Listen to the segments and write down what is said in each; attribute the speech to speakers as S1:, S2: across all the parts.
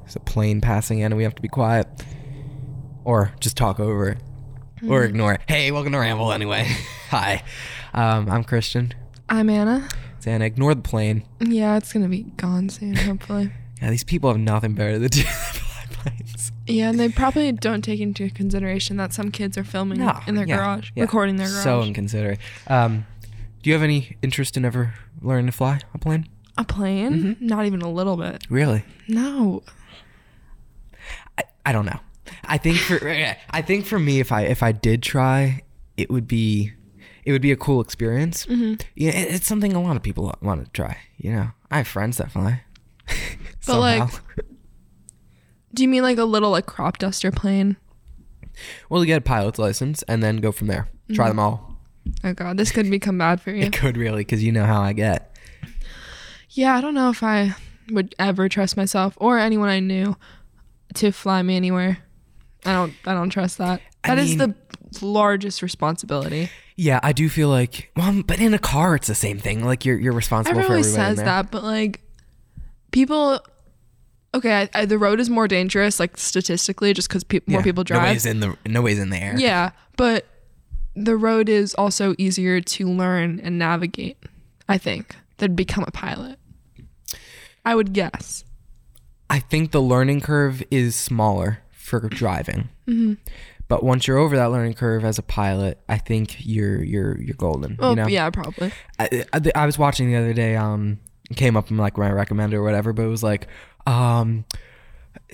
S1: There's a plane passing in and we have to be quiet. Or just talk over it.
S2: Mm-hmm.
S1: Or ignore it. Hey, welcome to Ramble anyway. Hi. Um, I'm Christian.
S2: I'm Anna.
S1: It's Anna. Ignore the plane.
S2: Yeah, it's gonna be gone soon, hopefully.
S1: Yeah, these people have nothing better to do than fly planes.
S2: yeah, and they probably don't take into consideration that some kids are filming
S1: No,
S2: in their
S1: yeah,
S2: garage,
S1: yeah.
S2: recording their garage.
S1: So inconsiderate. Um, do you have any interest in ever learning to fly a plane?
S2: a plane?
S1: Mhm.
S2: Not even a little bit.
S1: Really?
S2: No.
S1: I, I don't know. I think for I think for me, if I if I did try, it would be it would be a cool experience.
S2: Mm-hmm.
S1: Yeah, it, it's something a lot of people want to try. You know, I have friends that fly.
S2: But, like-
S1: Somehow.
S2: Do you mean like a little like crop duster plane?
S1: well, you get a pilot's license and then go from there. Try
S2: Mm-hmm.
S1: them all.
S2: Oh god, this could become bad for you.
S1: It could really, because you know how I get.
S2: Yeah, I don't know if I would ever trust myself or anyone I knew to fly me anywhere. I don't I don't trust that.
S1: I
S2: That is
S1: mean-
S2: the largest responsibility.
S1: Yeah, I do feel like, well, but in a car, it's the same thing. Like you're you're responsible
S2: Everyone
S1: for
S2: always
S1: everybody. in
S2: says
S1: there.
S2: that, but like people Okay, I, I, the road is more dangerous like statistically just cuz peop more
S1: Yeah.
S2: people drive.
S1: Nobody's in the nobody's in the air.
S2: Yeah, but the road is also easier to learn and navigate, I think, than become a pilot. I would guess.
S1: I think the learning curve is smaller for driving. But once you're over that learning curve as a pilot, I think you're you're you're golden.
S2: Well,
S1: you know,
S2: yeah, probably.
S1: I, I, I was watching the other day. Um, it came up in like my recommender or whatever, but it was like, um,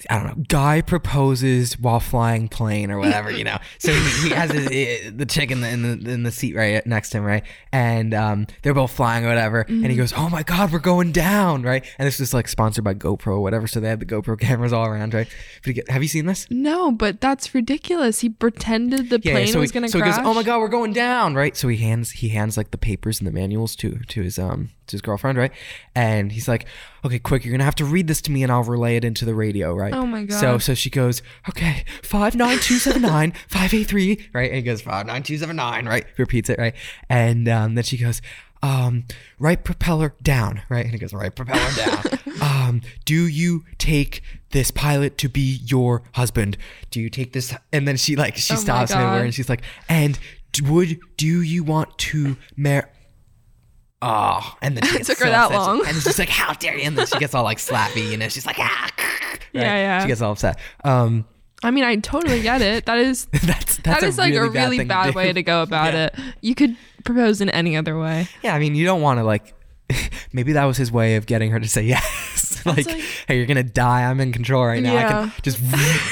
S1: I don't know. Guy proposes while flying plane or whatever, you know. So he, he has his, eh, the chick in the, in the in the seat right next to him, right? And um, they're both flying or whatever. And he goes, "Oh my god, we're going down!" Right? And this was like sponsored by GoPro or whatever. So they had the GoPro cameras all around, right? But he, get- have you seen this?
S2: No, but that's ridiculous. He pretended the
S1: Yeah,
S2: plane
S1: yeah, so
S2: was
S1: he,
S2: going to
S1: so
S2: crash.
S1: he goes, "Oh my god, we're going down!" Right? So he hands he hands like the papers and the manuals to to his um to his girlfriend, right? And he's like, "Okay, quick, you're gonna have to read this to me, and I'll relay it into the radio, right?"
S2: Oh my
S1: So
S2: God.
S1: so she goes, "Okay, five nine two seven nine five eight three, right?" And he goes, five nine two seven nine, right?" Repeats it, right? And um, then she goes. Um, right propeller down, right? And he goes, right propeller down. um, do you take this pilot to be your husband? Do you take this? And then she like, she
S2: Oh my
S1: stops midway
S2: God.
S1: and she's like, "And d- would do you want to marry?" Oh, and then she
S2: It
S1: gets
S2: took her
S1: so
S2: that
S1: upset. She-
S2: long.
S1: and she's just like, "How dare you!" And then she gets all like slappy, you know. She's like, "Ah." right?
S2: Yeah, yeah.
S1: She gets all upset. Um,
S2: I mean, I totally get it. That is
S1: that's that's
S2: that
S1: a
S2: is like
S1: really
S2: a really
S1: thing
S2: bad,
S1: to do.
S2: way to go about
S1: Yeah.
S2: it. You could propose in any other way.
S1: Yeah, I mean, you don't want to like. Maybe that was his way of getting her to say yes. like,
S2: like-
S1: hey, you're gonna die. I'm in control right now. I
S2: Yeah.
S1: can just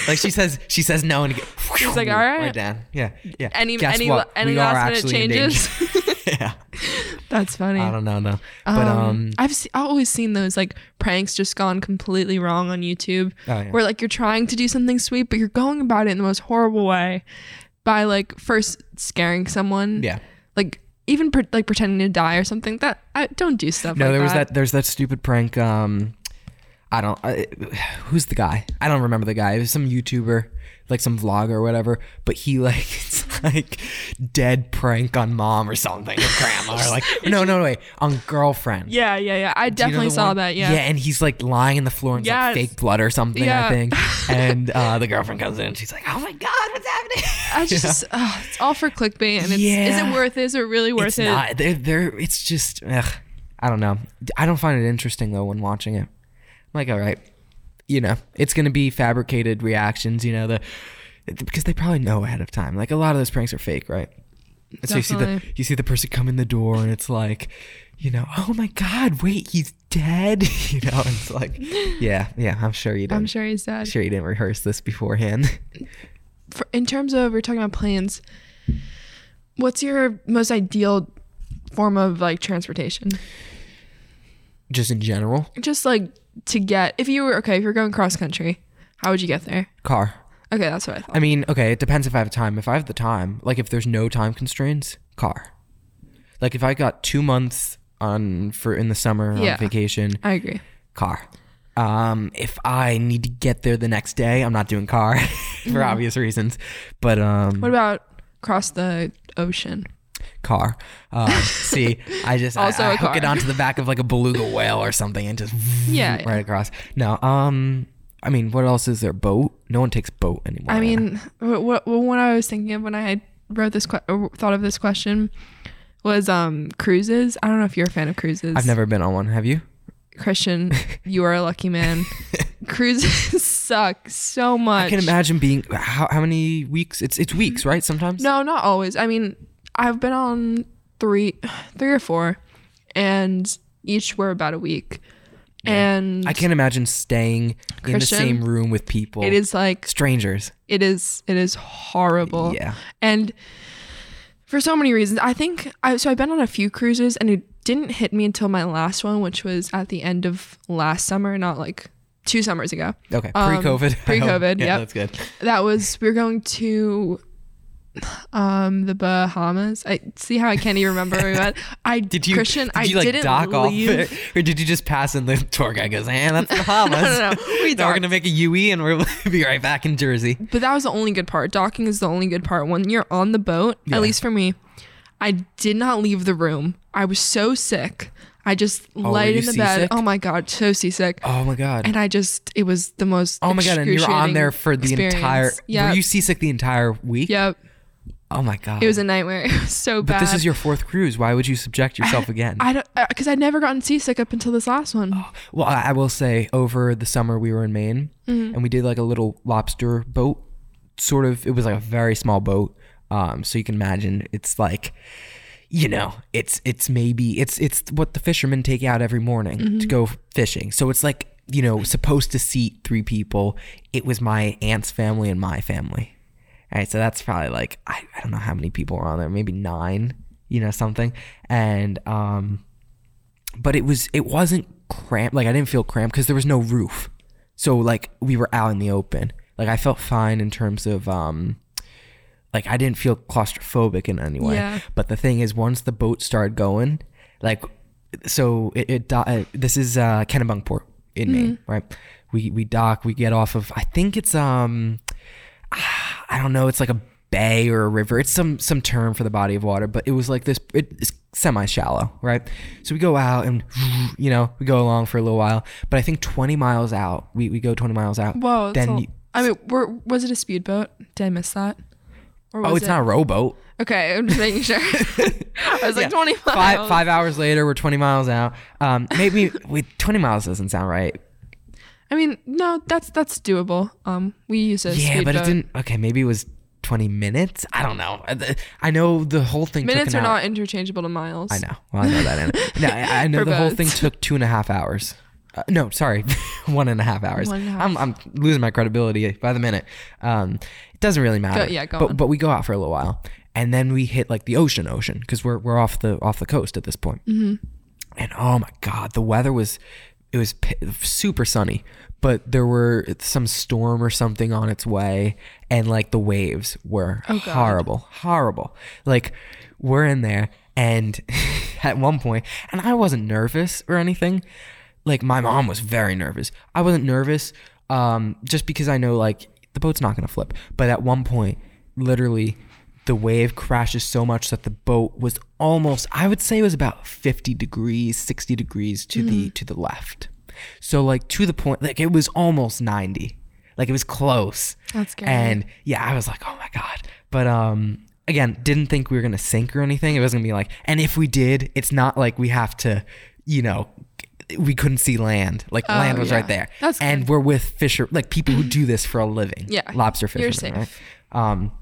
S1: like she says. She says no, and it goes,
S2: She's like, "All
S1: right
S2: right."
S1: down. Yeah, yeah.
S2: Any
S1: Guess
S2: any
S1: what?
S2: any
S1: We are
S2: last minute
S1: actually in danger.
S2: changes.
S1: yeah,
S2: that's funny.
S1: I don't know, no. But um,
S2: I've se- I've always seen those like pranks just gone completely wrong on YouTube,
S1: Oh, yeah.
S2: where like you're trying to do something sweet, but you're going about it in the most horrible way, by like first scaring someone,
S1: yeah.
S2: like even pre- like pretending to die or something. That I don't do stuff.
S1: No,
S2: like
S1: there
S2: that.
S1: was that. There's that stupid prank. Um, I don't. I, who's the guy? I don't remember the guy. It was some YouTuber, like some vlogger or whatever. But he like it's like dead prank on mom or something, or grandma, or like no, no, no, wait, on girlfriend.
S2: Yeah, yeah, yeah. I
S1: Do you know
S2: definitely
S1: the
S2: saw
S1: one-
S2: that. Yeah.
S1: Yeah, and he's like lying in the floor and it's, like,
S2: Yes.
S1: fake blood or something, I
S2: Yeah.
S1: think. And uh, the girlfriend comes in and she's like, Oh my god, what's happening?
S2: I just ugh, it's all for clickbait, and it's is
S1: Yeah.
S2: it worth it? Is it really worth
S1: it's
S2: it?
S1: not. They're, they're, it's just, ugh, I don't know. I don't find it interesting though when watching it. I'm like, all right, you know, it's gonna be fabricated reactions. You know, the because they probably know ahead of time. Like a lot of those pranks are fake, right? And so you see the
S2: Definitely.
S1: you see the person come in the door, and it's like, you know, oh my god, wait, he's dead. you know, and it's like, yeah, yeah, I'm sure you didn't.
S2: I'm sure he's dead.
S1: sure you didn't rehearse this beforehand.
S2: For, in terms of we're talking about planes, what's your most ideal form of like transportation?
S1: Just in general,
S2: Just like to get if you were okay, if you're going cross country, how would you get there?
S1: car.
S2: Okay, that's what I thought.
S1: I mean, okay, it depends if I have time. If I have the time, like if there's no time constraints, car. Like if I got two months on for in the summer
S2: Yeah.
S1: on vacation,
S2: I agree.
S1: car. Um, if I need to get there the next day, I'm not doing car for obvious reasons. But um,
S2: Mm-hmm. What about cross the ocean?
S1: car. Um, see, I just
S2: Also
S1: I, I
S2: a
S1: hook it
S2: car.
S1: onto the back of like a beluga whale or something and just
S2: Yeah, yeah.
S1: right across. No, um, I mean, what else is there? Boat? No one takes boat anymore.
S2: I mean, what, what what I was thinking of when I had wrote this que- or thought of this question was um cruises. I don't know if you're a fan of cruises.
S1: I've never been on one. Have you?
S2: Christian, you are a lucky man. cruises suck so much.
S1: I can imagine being how, how many weeks? It's it's weeks, right? Sometimes.
S2: No, not always. I mean, I've been on three, three or four, and each were about a week. And
S1: I can't imagine staying in the
S2: Christian,
S1: same room with people.
S2: it is like
S1: strangers.
S2: it is it is horrible.
S1: Yeah.
S2: and for so many reasons i think i so i've been on a few cruises and it didn't hit me until my last one which was at the end of last summer not like two summers ago
S1: Okay.
S2: Um,
S1: Pre-COVID. I hope.
S2: pre-COVID,
S1: Yeah,
S2: yep.
S1: that's good.
S2: that was we were going to um the bahamas i see how i can't even remember where we went i
S1: Did you
S2: christian
S1: Did you
S2: i
S1: like
S2: didn't
S1: dock
S2: leave
S1: off, it, or did you just pass and the tour guide goes, "And that's Bahamas."
S2: no, no, we
S1: Now we're
S2: docked.
S1: gonna make a UE and we'll be right back in Jersey.
S2: but that was the only good part docking is the only good part when you're on the boat at least for me i did not leave the room i was so sick i just
S1: were
S2: laid
S1: you
S2: in the bed
S1: seasick?
S2: oh my god so seasick
S1: Oh my god.
S2: and I just it was the most.
S1: oh my god. And you're on there for the entire.
S2: Yeah,
S1: Were you seasick the entire week?
S2: yep.
S1: Oh my god.
S2: It was a nightmare. It was so
S1: But
S2: bad.
S1: this is your fourth cruise. Why would you subject yourself again?
S2: I don't because I'd never gotten seasick up until this last
S1: Oh.
S2: one.
S1: Well, I, I will say over the summer we were in Maine and we did like a little lobster boat. Sort of, it was like a very small boat. Um, so you can imagine it's like, you know, it's it's maybe it's it's what the fishermen take out every morning to go fishing. So it's like you know supposed to seat three people. It was my aunt's family and my family. All right, so that's probably like I, I don't know how many people were on there, maybe nine, you know, something. And um, but it was it wasn't cramped like i didn't feel cramped because there was no roof so like we were out in the open like i felt fine in terms of um like i didn't feel claustrophobic in any way
S2: Yeah.
S1: but the thing is once the boat started going like so it, it do- uh, this is uh kennebunkport in maine right we we dock we get off of i think it's um I don't know, it's like a bay or a river. It's some some term for the body of water, but it was like this it's semi shallow, right? So we go out and you know, we go along for a little while, but I think 20 miles out, we, we go 20 miles out.
S2: Whoa. That's
S1: then
S2: all-
S1: you,
S2: I mean, were, was it a speedboat? Did I miss that? Or was
S1: Oh, it's
S2: it-
S1: not a rowboat.
S2: Okay, I'm just making sure. I was like
S1: Yeah.
S2: 20 miles.
S1: Five five hours later, we're 20 miles out. Um maybe wait, 20 miles doesn't sound right.
S2: I mean, no, that's that's doable. Um, we use a
S1: Yeah, but
S2: speedboat.
S1: it didn't Okay, maybe it was 20 minutes. I don't know. I- I know the whole thing took
S2: Minutes
S1: an
S2: are
S1: hour.
S2: not interchangeable to miles.
S1: I know. Well, I know that. Anna. No, I, I know
S2: For
S1: the whole
S2: both.
S1: thing took two and a half hours. Uh, no, sorry, one and a half hours.
S2: One and a half.
S1: I'm, I'm losing my credibility by the minute. Um, it doesn't really matter.
S2: yeah, go
S1: but
S2: on.
S1: but we go out for a little while, and then we hit like the ocean, ocean, because we're we're off the off the coast at this point.
S2: Mm-hmm.
S1: And oh my god, the weather was it was p- super sunny, but there were some storm or something on its way, and like the waves were
S2: God.
S1: horrible, horrible. Like we're in there, and at one point, and I wasn't nervous or anything. Like my mom was very nervous. I wasn't nervous, um, just because I know like the boat's not gonna flip. But at one point, literally, the wave crashes so much that the boat was almost I would say it was about 50 degrees, 60 degrees to
S2: Mm.
S1: the to the left. So like to the point like it was almost 90. Like it was close.
S2: That's scary.
S1: And yeah, I was like, "Oh my god." But um again, didn't think we were going to sink or anything. It wasn't going to be like, and if we did, it's not like we have to, you know, we couldn't see land. Like land was
S2: Oh, yeah.
S1: right there.
S2: That's
S1: and we're with fisher like people who do this for a living.
S2: Yeah.
S1: Lobster
S2: You're
S1: fishermen, right? Um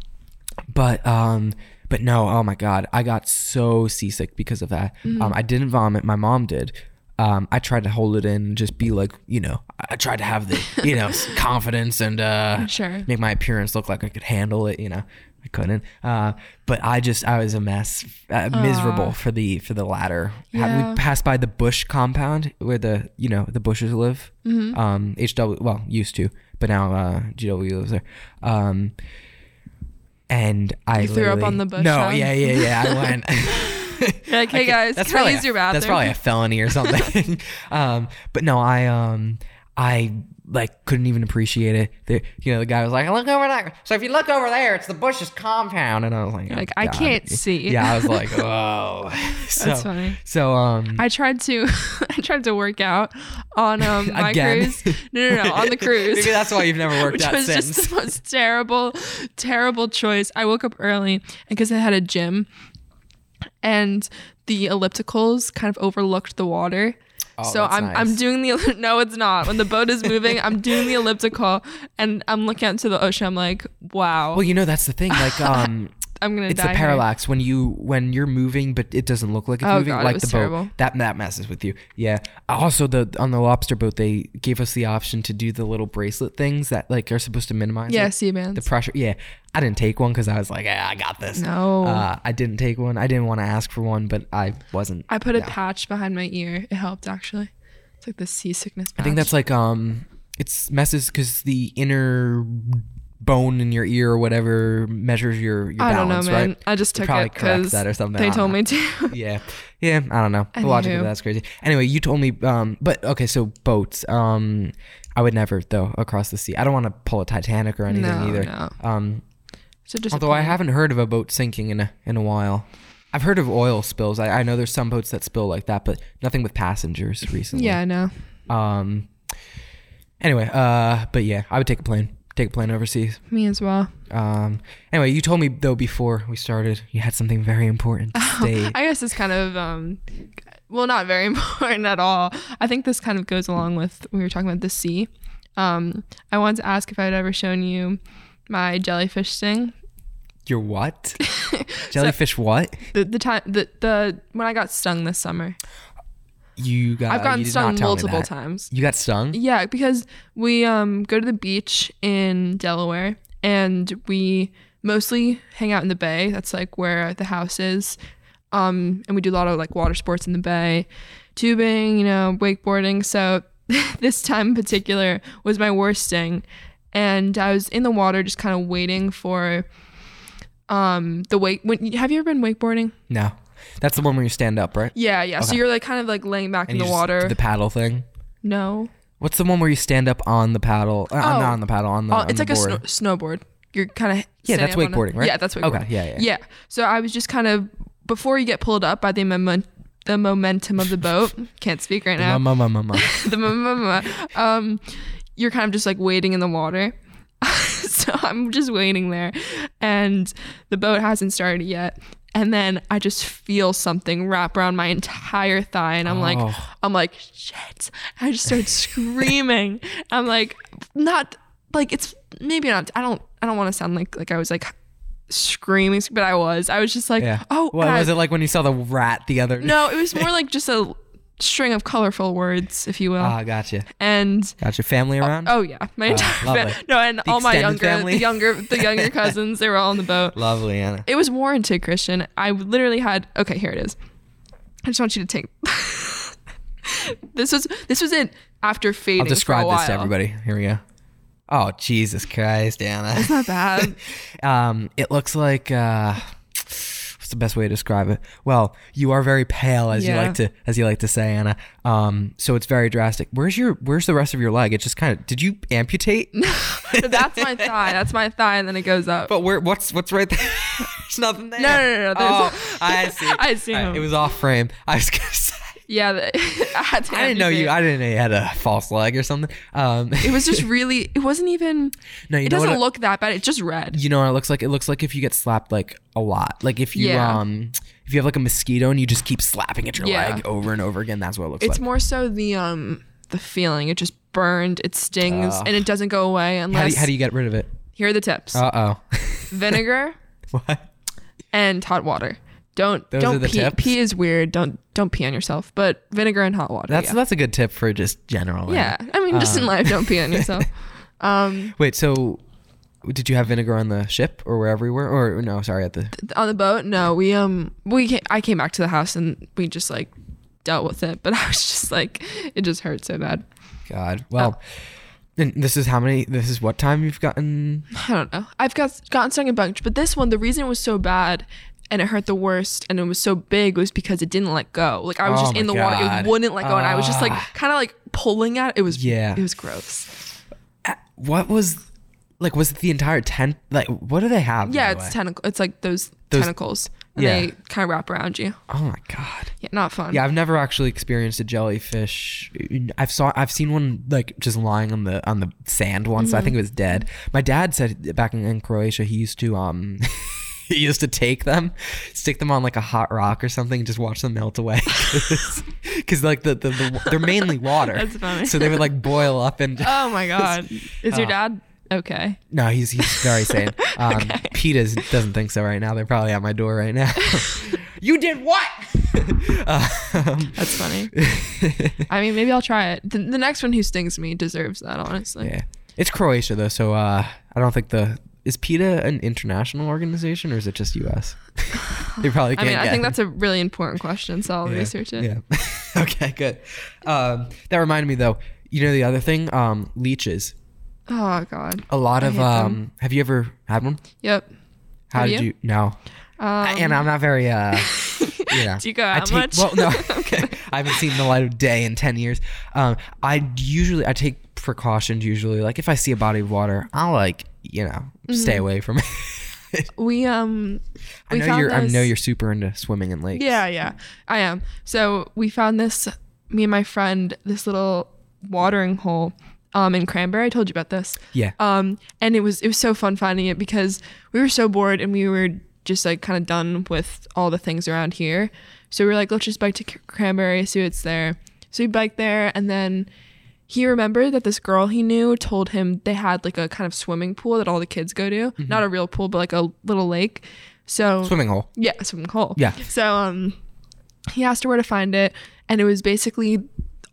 S1: but um but no oh my god i got so seasick because of that
S2: Mm-hmm.
S1: um i didn't vomit my mom did um i tried to hold it in and just be like you know i I tried to have the you know s- confidence and uh
S2: Sure.
S1: make my appearance look like i could handle it you know i couldn't uh but i just i was a mess uh, miserable for the for the latter Ha-
S2: Yeah.
S1: we passed by the bush compound where the you know the bushes live
S2: Mm-hmm.
S1: um hw well used to but now uh gw lives there um and I
S2: You threw up
S1: literally-
S2: on the bush,
S1: No,
S2: huh?
S1: yeah, yeah, yeah. I went.
S2: You're like, hey
S1: I can't-
S2: guys,
S1: that's
S2: can I
S1: probably
S2: use
S1: a-
S2: your bathroom?
S1: That's probably a felony or something. um, but no, I um, I like couldn't even appreciate it. The, you know, the guy was like, "Look over there." So if you look over there, it's the Bush's compound, and I was like, oh,
S2: Like, I
S1: God.
S2: can't see.
S1: Yeah, I was like, "Whoa." so,
S2: That's funny.
S1: So um,
S2: I tried to I tried to work out on um my
S1: Again.
S2: cruise. No, no, no, on the cruise.
S1: maybe that's why you've never worked
S2: Which
S1: out
S2: was
S1: since.
S2: just the most terrible, terrible choice. I woke up early because I had a gym and the ellipticals kind of overlooked the water.
S1: Oh,
S2: so
S1: that's
S2: I'm
S1: nice.
S2: I'm doing the no it's not when the boat is moving I'm doing the elliptical and I'm looking out into the ocean I'm like wow
S1: Well, you know that's the thing. Like, um,
S2: I'm gonna
S1: it's
S2: die
S1: the
S2: here.
S1: parallax when you when you're moving, but it doesn't look like it's
S2: Oh,
S1: moving.
S2: God, it
S1: like
S2: was
S1: the
S2: terrible.
S1: boat that that messes with you. Yeah. Also, the on the lobster boat, they gave us the option to do the little bracelet things that like are supposed to minimize. it.
S2: yeah sea bands
S1: The pressure. Yeah. I didn't take one because I was like, yeah, I got this.
S2: no
S1: Uh, I didn't take one. I didn't want to ask for one, but I wasn't.
S2: I put a
S1: yeah.
S2: patch behind my ear it helped actually it's like the seasickness patch.
S1: I think that's like um, it's messes because the inner bone in your ear or whatever measures your your
S2: I don't know
S1: balance,
S2: man
S1: right?
S2: I just
S1: They
S2: took
S1: probably
S2: it
S1: correct
S2: because
S1: that or something. I
S2: they
S1: don't
S2: told
S1: know.
S2: me to
S1: yeah yeah i don't know the logic of
S2: Anywho.
S1: that's crazy anyway you told me um but okay so boats um i would never though across the sea i don't want to pull a titanic or anything
S2: No,
S1: either
S2: no.
S1: um
S2: so just
S1: although i haven't heard of a boat sinking in a in a while i've heard of oil spills i, I know there's some boats that spill like that but nothing with passengers recently
S2: yeah I know
S1: um anyway uh but yeah i would take a plane take a plane overseas
S2: me as well
S1: um anyway you told me though before we started you had something very important to say
S2: I guess it's kind of um well not very important at all. I think this kind of goes along with we were talking about the sea. Um I wanted to ask if I had ever shown you my jellyfish sting.
S1: Your what? Jellyfish what?
S2: The the time the, the when I got stung this summer.
S1: You got
S2: I've
S1: Uh, you
S2: gotten
S1: did
S2: stung
S1: not tell me
S2: multiple
S1: that.
S2: times.
S1: You got stung?
S2: Yeah, because we um go to the beach in Delaware and we mostly hang out in the bay. That's like where the house is. Um and we do a lot of like water sports in the bay, tubing, you know, wakeboarding. So this time in particular was my worst thing. And I was in the water just kind of waiting for um the wake when have you ever been wakeboarding?
S1: No. That's the one where you stand up, right?
S2: Yeah, yeah. So
S1: Okay.
S2: you're like kind of like laying back in
S1: you
S2: the
S1: just
S2: water.
S1: do the paddle thing.
S2: no.
S1: What's the one where you stand up on the paddle? Uh,
S2: Oh.
S1: not on the paddle, on the
S2: Oh,
S1: on
S2: it's
S1: the
S2: like a
S1: board.
S2: snow- snowboard. You're kind of
S1: Yeah, that's wakeboarding, right?
S2: Yeah, that's wakeboarding.
S1: Okay, yeah, yeah.
S2: yeah. So I was just kind of before you get pulled up by the moment, the momentum of the boat. Can't speak right now.
S1: Ma, ma, ma, ma, ma.
S2: the mo- mo- mo- mo- um, you're kind of just like waiting in the water. so I'm just waiting there, and the boat hasn't started yet. And then I just feel something wrap around my entire thigh, and I'm like,
S1: Oh.
S2: I'm like, shit! I just started screaming. I'm like, not like it's maybe not. I don't. I don't want to sound like like I was like screaming, but I was. I was just like,
S1: Yeah.
S2: oh,
S1: What
S2: and I-
S1: was it like when you saw the rat the other
S2: no, it was more like just a string of colorful words, if you will.
S1: Ah, gotcha.
S2: and
S1: Got your family around?
S2: Oh yeah, my entire
S1: lovely.
S2: family. No, and
S1: The
S2: all my
S1: extended
S2: younger,
S1: family?
S2: the younger, the younger cousins. They were all on the boat.
S1: Lovely, Anna.
S2: It was warranted, Christian. I literally had. Okay, here it is. I just want you to take. this was this was it after fading.
S1: I'll describe
S2: for a
S1: this to
S2: while.
S1: everybody. Here we go. Oh, Jesus Christ, Anna.
S2: It's not bad.
S1: um, it looks like uh, what's the best way to describe it? Well, you are very pale, as
S2: Yeah.
S1: you like to as you like to say, Anna. Um, so it's very drastic. Where's your Where's the rest of your leg? It just kind of did you amputate?
S2: But that's my thigh. That's my thigh, and then it goes up.
S1: But where? What's What's right there? There's nothing there.
S2: No, no, no, no, there's-
S1: Oh, I see.
S2: I see
S1: Alright,
S2: him.
S1: it was off frame. I was gonna say.
S2: yeah, the, I, had to
S1: I didn't know you.
S2: amputate.
S1: I didn't know you had a false leg or something. Um,
S2: it was just really. It wasn't even.
S1: no, you
S2: It
S1: know what?
S2: doesn't look that bad. It's just red.
S1: you know what it looks like? It looks like if you get slapped like a lot. Like if you
S2: Yeah.
S1: um if you have like a mosquito and you just keep slapping at your
S2: Yeah.
S1: leg over and over again, that's what it looks
S2: It's
S1: like.
S2: more so the um the feeling. It just burned. It stings,
S1: Ugh.
S2: and it doesn't go away
S1: Ah.
S2: unless.
S1: how, do you, how do you get rid of it?
S2: Here are the tips:
S1: Uh oh.
S2: vinegar
S1: what?
S2: and hot water. Don't
S1: Those are
S2: don't
S1: the
S2: pee.
S1: tips?
S2: Pee is weird. Don't don't pee on yourself. But vinegar and hot water.
S1: That's Ah.
S2: yeah.
S1: that's a good tip for just general.
S2: yeah. I mean, just in life, don't pee on yourself. Um,
S1: Wait, so did you have vinegar on the ship or wherever you were? Or no, sorry, at the
S2: on the boat, no, we um we ca I came back to the house and we just like dealt with it. But I was just like, it just hurt so bad.
S1: God. Well,
S2: oh.
S1: and this is how many this is what time you've gotten
S2: I don't know. I've got gotten stung a bunch, but this one, the reason it was so bad, and it hurt the worst and it was so big was because it didn't let go. Like I was
S1: Oh
S2: just
S1: my
S2: in the water,
S1: God.
S2: it wouldn't let go, and I was just like
S1: Ah.
S2: kind of like pulling at it. It was
S1: Yeah.
S2: it was gross.
S1: uh, What was like? Was it the entire tent? Like, what do they have? by
S2: Yeah,
S1: the
S2: it's
S1: way?
S2: tentacle. It's like those,
S1: Those-
S2: tentacles. And
S1: Yeah.
S2: they kind of wrap around you.
S1: oh my god.
S2: Yeah, not fun.
S1: Yeah, I've never actually experienced a jellyfish. I've saw I've seen one like just lying on the on the sand once. I
S2: Mm-hmm.
S1: think it was dead. My dad said back in, in Croatia he used to um he used to take them, stick them on like a hot rock or something, and just watch them melt away. Because like the, the the they're mainly water,
S2: That's funny.
S1: so they would like boil up and.
S2: Oh my god. Is your
S1: Uh,
S2: dad okay?
S1: No, he's he's very sane. Um,
S2: Okay.
S1: Pete is, doesn't think so right now. They're probably at my door right now. you did what? um,
S2: That's funny. I mean, maybe I'll try it. The, the next one who stings me deserves that, honestly.
S1: yeah, it's Croatia though, so uh, I don't think the is PETA an international organization or is it just U.S. they probably
S2: I
S1: can't.
S2: mean, I
S1: get
S2: think
S1: it.
S2: that's a really important question, so I'll research it.
S1: Yeah. okay, good. Um, that reminded me though. You know the other thing, um, leeches.
S2: Oh god.
S1: A lot of
S2: hate them.
S1: um, have you ever had one?
S2: Yep.
S1: How
S2: Have
S1: did
S2: you?
S1: you? No.
S2: Um,
S1: and I'm not very uh yeah.
S2: Do you go
S1: I
S2: out
S1: take,
S2: much?
S1: Well, no. okay. I haven't seen the light of day in 10 years. Um I usually I take precautions usually. Like if I see a body of water, I'll like, you know, stay away from it.
S2: we um
S1: I
S2: Mm-hmm. we
S1: know
S2: found
S1: you're I
S2: this-
S1: know you're super into swimming in lakes.
S2: Yeah, yeah. I am. So we found this me and my friend this little watering hole um in Cranberry. I told you about this.
S1: Yeah.
S2: Um and it was it was so fun finding it because we were so bored and we were just like kind of done with all the things around here. So we were like let's just bike to C- Cranberry see what's there. So we biked there and then he remembered that this girl he knew told him they had like a kind of swimming pool that all the kids go to. Not a real pool, but like a little lake. So
S1: Swimming hole.
S2: yeah, it's from Cole.
S1: Yeah.
S2: So um, he asked her where to find it, and it was basically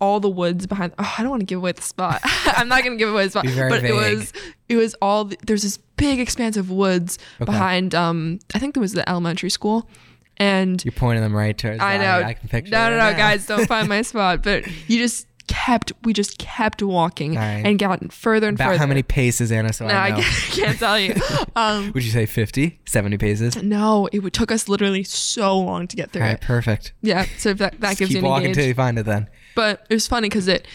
S2: all the woods behind. Oh, I don't want to give away the spot. I'm not going to give away the spot.
S1: Be very
S2: but it
S1: vague.
S2: was it was all the, there's this big expanse of woods
S1: Okay.
S2: behind. Um, I think there was the elementary school, and
S1: You're pointing them right towards
S2: I
S1: the
S2: know.
S1: light. I can picture
S2: no,
S1: it
S2: no,
S1: right
S2: no,
S1: now.
S2: guys, don't find my spot. But you just kept we just kept walking
S1: Alright.
S2: and gotten further and
S1: About
S2: further.
S1: how many paces Anna so
S2: No,
S1: I
S2: I
S1: know.
S2: can't, can't tell you. Um,
S1: Would you say 50, 70 paces? All
S2: no, it would, took us literally so long to get through it.
S1: right, perfect.
S2: Yeah, so if that, that
S1: Just
S2: gives
S1: keep
S2: you an
S1: walking
S2: gauge.
S1: till you find it then.
S2: But it was funny because it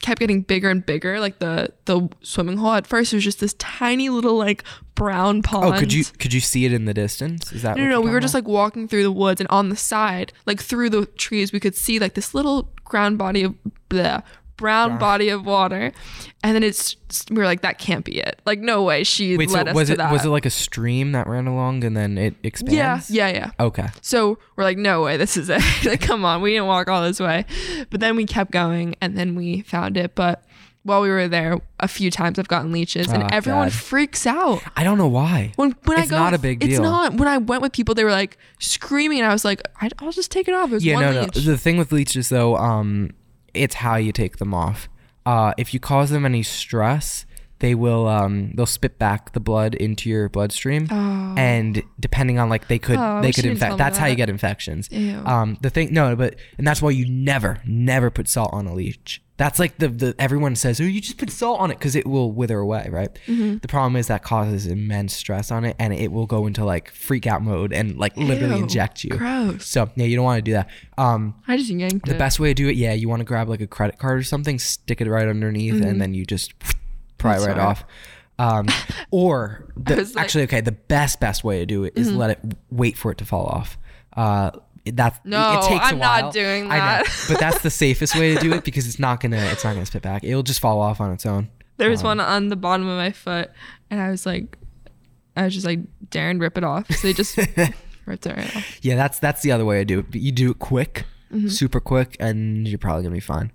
S2: kept getting bigger and bigger. Like the the swimming hole at first it was just this tiny little like brown pond.
S1: Oh, could you could you see it in the distance? Is that what
S2: No, no, no.
S1: you're
S2: We were
S1: talking
S2: just like walking through the woods, and on the side, like through the trees, we could see like this little ground body of bleh, brown body of water, and then it's we were like, that can't be it. Like, no way, she
S1: Wait,
S2: led
S1: so
S2: us
S1: was
S2: to
S1: it
S2: that.
S1: was it like a stream that ran along and then it
S2: yeah,
S1: expands?
S2: yeah, yeah.
S1: Okay.
S2: So we're like, no way, this is it. like, come on, we didn't walk all this way. But then we kept going and then we found it. But while we were there, a few times I've gotten leeches and
S1: Oh,
S2: everyone
S1: God.
S2: freaks out.
S1: I don't know why.
S2: When, when
S1: It's
S2: I go,
S1: not a big
S2: It's
S1: deal.
S2: not. When I went with people, they were like screaming, and I was like, I, I'll just take it off. It was
S1: yeah,
S2: one
S1: no,
S2: leech.
S1: no. The thing with leeches though, um, it's how you take them off. Uh, if you cause them any stress, they will um they'll spit back the blood into your bloodstream,
S2: Oh.
S1: and depending on like they could
S2: Oh, I
S1: they
S2: wish
S1: could
S2: you didn't tell
S1: infect.
S2: me
S1: That's how
S2: that.
S1: you get infections.
S2: Ew.
S1: Um, the thing, no, but and that's why you never, never put salt on a leech. That's like the the everyone says, oh, you just put salt on it because it will wither away, right?
S2: Mm-hmm.
S1: The problem is that causes immense stress on it, and it will go into like freak out mode and like literally
S2: Ew,
S1: inject you.
S2: Gross.
S1: So yeah, you don't want to do that. Um,
S2: I just yanked
S1: the
S2: it.
S1: best way to do it, yeah, you want to grab like a credit card or something, stick it right underneath, and then you just pry
S2: Mm-hmm. That's
S1: right
S2: smart.
S1: off. Um, or the,
S2: was like- Mm-hmm.
S1: actually, okay, the best best way to do it is let it wait for it to fall off. Uh, that
S2: No,
S1: it takes a
S2: I'm not
S1: while.
S2: doing
S1: I know,
S2: that.
S1: but that's the safest way to do it because it's not gonna it's not gonna spit back. It'll just fall off on its own.
S2: There was one on the bottom of my foot, and I was like, I was just like, Darren, rip it off. So they just ripped it right off.
S1: Yeah, that's that's the other way to do it. But You do it quick,
S2: Mm-hmm.
S1: super quick, and you're probably gonna be fine.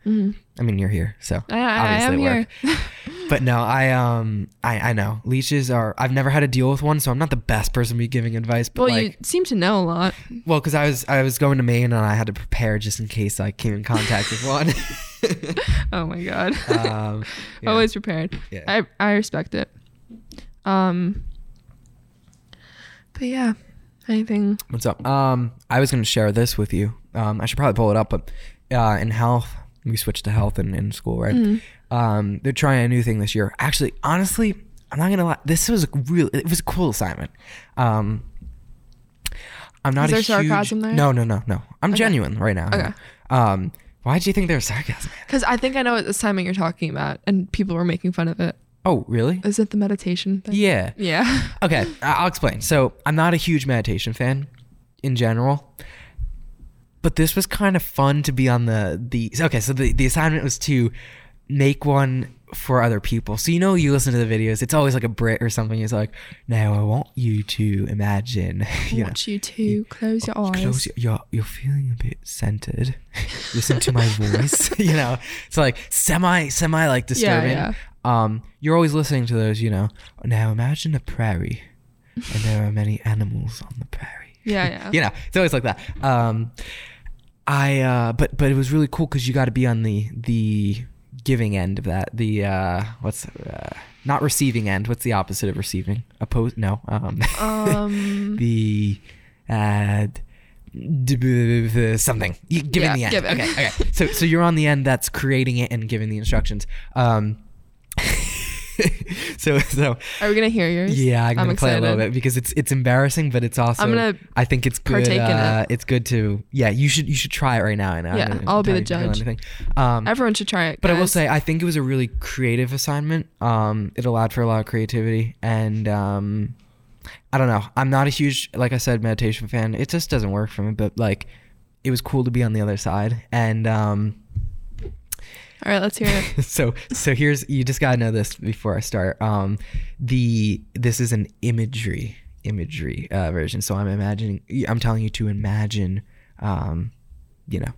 S1: I mean, you're here, so
S2: I, I, I am
S1: obviously it
S2: here.
S1: worked. But no, I um I, I know. Leeches are I've never had to deal with one, so I'm not the best person to be giving advice, but
S2: Well,
S1: like
S2: you seem to know a lot.
S1: well, cuz I was I was going to Maine and I had to prepare just in case I came in contact with one.
S2: Oh my god.
S1: um yeah.
S2: Always prepared.
S1: Yeah.
S2: I I respect it. Um But yeah. Anything
S1: What's up? Um, I was going to share this with you. Um, I should probably pull it up, but uh, in health, we switched to health in, in school, right?
S2: Mm-hmm.
S1: Um, they're trying a new thing this year. Actually, honestly, I'm not going to lie. This was a real, it was a cool assignment. Um, I'm not a
S2: Is there
S1: huge,
S2: sarcasm there?
S1: No, no, no, no. I'm genuine right now.
S2: Okay.
S1: Um, why do you think there's sarcasm?
S2: Because I think I know what this timing you're talking about, and people were making fun of it.
S1: Oh, really?
S2: Is it the meditation thing?
S1: Yeah.
S2: Yeah.
S1: Okay, I- I'll explain. So I'm not a huge meditation fan in general, but this was kind of fun to be on the the. Okay, so the the assignment was to make one for other people. So you know, you listen to the videos. It's always like a Brit or something. It's like, now I want you to imagine, you
S2: I
S1: know.
S2: want you to close your eyes.
S1: Close your, you're, you're feeling a bit centered. Listen to my voice. you know, it's like semi, semi like disturbing.
S2: yeah.
S1: Um, you're always listening to those, you know. Now imagine a prairie and there are many animals on the prairie.
S2: Yeah, yeah.
S1: you know, it's always like that. Um, I, uh, but, but it was really cool because you got to be on the, the giving end of that. The, uh, what's, uh, not receiving end. What's the opposite of receiving? Opposed? No. Um,
S2: Um,
S1: the uh, d- b- b- something You- giving
S2: Yeah,
S1: the end.
S2: giving.
S1: Okay, okay. So so you're on the end that's creating it and giving the instructions. Um, so so
S2: Are we gonna hear yours?
S1: yeah, I'm gonna play a little
S2: excited.
S1: bit because it's it's embarrassing, but it's also
S2: I'm gonna
S1: I think it's good.
S2: partake in
S1: uh, It's good to yeah. You should you should try it right now. And I'm
S2: Yeah,
S1: gonna
S2: I'll be
S1: tell
S2: the
S1: you if you feel
S2: judge.
S1: anything. Um,
S2: Everyone should try it.
S1: but I will
S2: guys.
S1: say, I think it was a really creative assignment. Um, it allowed for a lot of creativity, and um, I don't know. I'm not a huge, like I said, meditation fan. It just doesn't work for me. But like, it was cool to be on the other side. And um,
S2: All right, let's hear it.
S1: so, so here's you just gotta know this before I start. Um, the this is an imagery imagery uh, version. So I'm imagining. I'm telling you to imagine. Um, you know,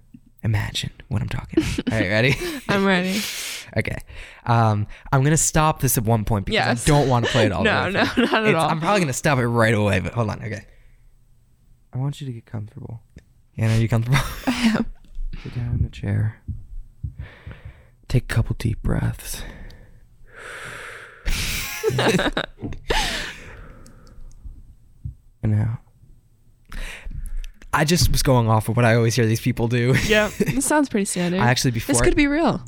S1: imagine what I'm talking. About. All right, ready?
S2: I'm ready.
S1: Okay. Um, I'm gonna stop this at one point because I
S2: Yes.
S1: don't want to play it all.
S2: No,
S1: the way
S2: no,
S1: through.
S2: not at
S1: It's-
S2: all.
S1: I'm probably gonna stop it right away. But hold on. Okay. I want you to get comfortable. Anna, are you comfortable? Sit down in the chair. Take a couple deep breaths. and now, I just was going off of what I always hear these people do.
S2: yeah, this sounds pretty standard.
S1: I actually before
S2: this could be real.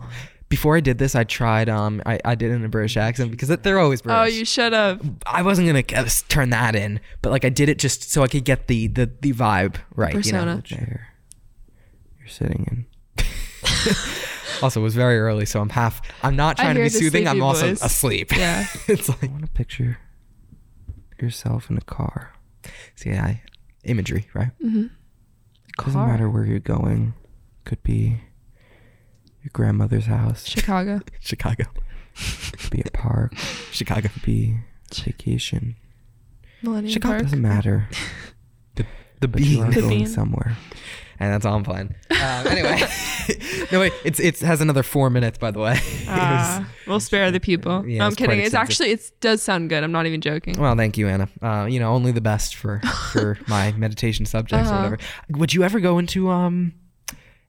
S1: before I did this, I tried. Um, I, I did it in a British accent because they're always British.
S2: Oh, you shut up.
S1: I wasn't gonna uh, s- turn that in, but like I did it just so I could get the the, the vibe right. You
S2: Persona.
S1: know, the chair you're sitting in. also, it was very early, so I'm half. I'm not
S2: I
S1: trying to
S2: hear
S1: be
S2: the
S1: soothing. I'm
S2: sleepy
S1: also
S2: voice.
S1: asleep.
S2: Yeah.
S1: it's like I want to picture yourself in a car. See, I imagery right.
S2: Mm-hmm.
S1: Doesn't
S2: Car.
S1: matter where you're going. Could be your grandmother's house.
S2: Chicago.
S1: Chicago. Could be a park. Chicago. Could be vacation.
S2: Millennium
S1: Chicago
S2: Park.
S1: doesn't matter. The, the
S3: But you
S1: bean
S3: are
S2: The
S1: going
S2: bean.
S1: somewhere. And that's all I'm playing. Um, anyway, no wait, it's it has another four minutes by the way. It was-
S2: Ah, we'll spare the people.
S1: Yeah,
S2: no, I'm
S1: it's quite
S2: kidding. It's
S1: extensive.
S2: actually it does sound good. I'm not even joking.
S1: well, thank you, Anna. Uh, you know, only the best for for my meditation subjects
S2: Uh-huh.
S1: or whatever. Would you ever go into um,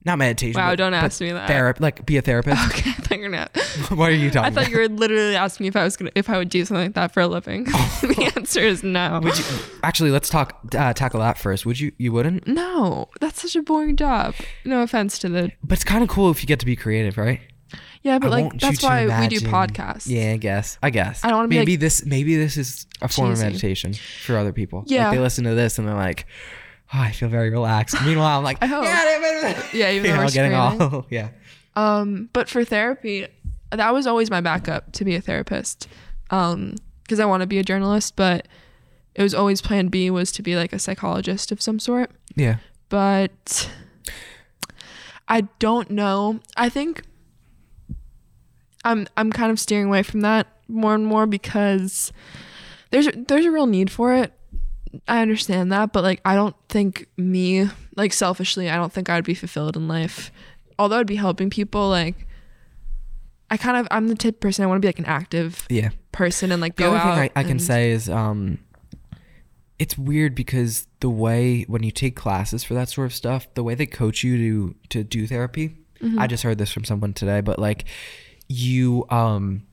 S1: not meditation?
S2: wow,
S1: but-
S2: don't
S1: but
S2: ask me that.
S1: Therapy, like be a therapist.
S2: Okay, I thought you were not.
S1: what are you talking?
S2: I thought you were literally asking me if I was gonna if I would do something like that for a living. the answer is no.
S1: Would you, actually, let's talk uh, tackle that first. Would you? You wouldn't?
S2: no, that's such a boring job. No offense to the
S1: But it's kind of cool if you get to be creative, right?
S2: yeah, but
S1: I
S2: like
S1: want
S2: that's
S1: you to
S2: why we do
S1: imagine-
S2: podcasts.
S1: Yeah, I guess. I guess.
S2: I don't wanna be,
S1: Maybe this. Maybe this is a form
S2: cheesy.
S1: of meditation for other people.
S2: Yeah.
S1: Like they listen to this and they're like, oh, I feel very relaxed. Meanwhile, I'm like,
S2: I hope.
S1: Yeah,
S2: Yeah, even though
S1: you know,
S2: we're
S1: getting
S2: screaming.
S1: all. yeah.
S2: Um, but for therapy, that was always my backup to be a therapist, um, because I want to be a journalist. But it was always Plan B was to be like a psychologist of some sort.
S1: Yeah.
S2: but I don't know. I think I'm I'm kind of steering away from that more and more because there's a, there's a real need for it. I understand that, but like I don't think me like selfishly, I don't think I'd be fulfilled in life. Although I'd be helping people, like I kind of I'm the type of person I want to be like an active
S1: Yeah.
S2: person and like
S1: The
S2: go
S1: other
S2: out.
S1: thing I, I can
S2: and-
S1: say is, um, it's weird because the way when you take classes for that sort of stuff, the way they coach you to to do therapy.
S2: Mm-hmm.
S1: I just heard this from someone today, but like you, um,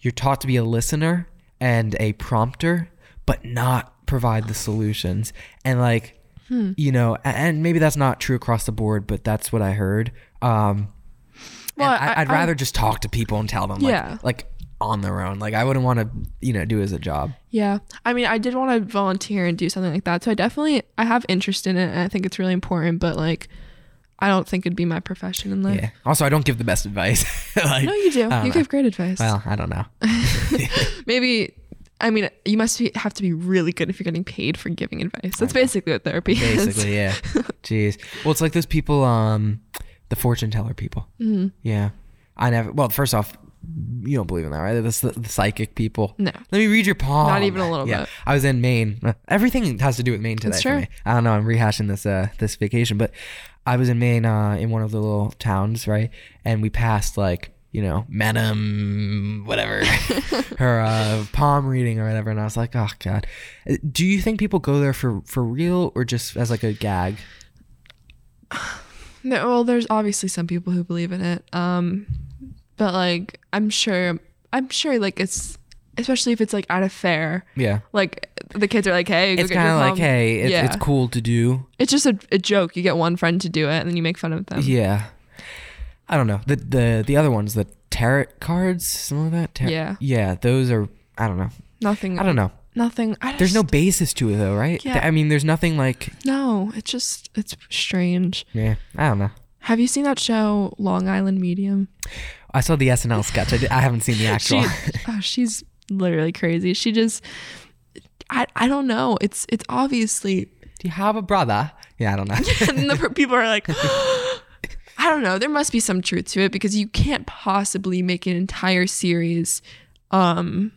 S1: you're taught to be a listener and a prompter, but not provide the solutions. And like,
S2: Hmm.
S1: you know, a- and maybe that's not true across the board, but that's what I heard. Um,
S2: Well,
S1: and I,
S2: I-
S1: I'd
S2: I-
S1: rather just talk to people and tell them,
S2: Yeah.
S1: like, like on their own. Like I wouldn't want to, you know, do it as a job.
S2: Yeah. I mean, I did want to volunteer and do something like that. So I definitely I have interest in it and I think it's really important, but like I don't think it'd be my profession in life.
S1: Yeah. Also, I don't give the best advice. like,
S2: No, you do.
S1: I don't
S2: You
S1: know.
S2: give great advice.
S1: Um, Well, I don't know.
S2: Maybe I mean, you must be, have to be really good if you're getting paid for giving advice. That's basically what therapy is.
S1: Basically, yeah. Jeez. Well, it's like those people, um, the fortune teller people. Mm-hmm. Yeah. I never. Well, first off, you don't believe in that, right? That's the, the psychic people.
S2: No.
S1: Let me read your palm.
S2: Not even a little bit.
S1: I was in Maine. Everything has to do with Maine today
S2: That's
S1: for
S2: true.
S1: me. I don't know. I'm rehashing this uh this vacation, but I was in Maine uh, in one of the little towns, right? And we passed like you know Madam whatever her uh, palm reading or whatever, and I was like, oh god. Uh, Do you think people go there for for real or just as like a gag?
S2: No, well, there's obviously some people who believe in it. Um, but like, I'm sure, I'm sure, like it's especially if it's like at a fair,
S1: Yeah.
S2: like the kids are like, "Hey, go
S1: It's
S2: get your
S1: kind of like,
S2: mom."
S1: hey, it's,
S2: yeah,
S1: it's cool to do.
S2: It's just a, a joke. You get one friend to do it, and then you make fun of them.
S1: Yeah. I don't know. The the the other ones, the tarot cards, some of that. Tar-
S2: Yeah.
S1: Yeah, those are. I don't know.
S2: Nothing.
S1: I don't know.
S2: Nothing. I
S1: There's no
S2: just-
S1: basis to it though, right?
S2: Yeah.
S1: I mean, there's nothing like.
S2: No, it's just it's strange.
S1: Yeah. I don't know.
S2: Have you seen that show Long Island Medium?
S1: I saw the SNL sketch. I, did, I haven't seen the
S2: She,
S1: actual.
S2: oh, she's literally crazy. She just, I, I don't know. It's it's obviously
S1: Do you have a brother? Yeah, I don't know.
S2: and then the per- people are like, I don't know. There must be some truth to it because you can't possibly make an entire series um,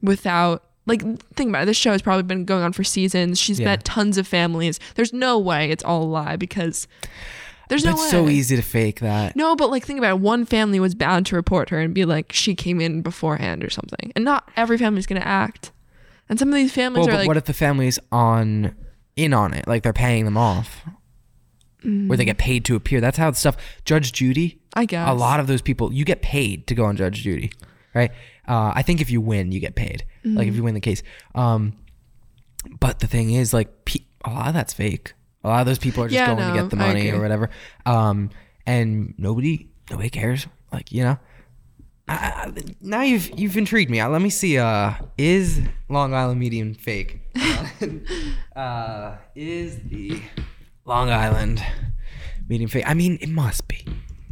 S2: without. Like, think about it. This show has probably been going on for seasons. She's
S1: Yeah.
S2: met tons of families. There's no way it's all a lie because there's no
S1: it's
S2: way.
S1: so e-, easy to fake that.
S2: No, but like, think about it. One family was bound to report her and be like, she came in beforehand or something. And not every family's going to act. And some of these families
S1: Well,
S2: are
S1: but
S2: like,
S1: what if the family's on in on it? Like they're paying them off, or they get paid to appear. That's how it's stuff. Judge Judy.
S2: I guess.
S1: a lot of those people you get paid to go on judge duty right uh, i think if you win you get paid like
S2: Mm-hmm.
S1: if you win the case um, but the thing is like pe- a lot of that's fake a lot of those people are just
S2: Yeah,
S1: going to
S2: no,
S1: get the
S2: I
S1: money
S2: agree.
S1: or whatever um, and nobody nobody cares like you know I, I, now you've you've intrigued me Uh, let me see uh, is long island medium fake uh, is the long island medium fake i mean it must be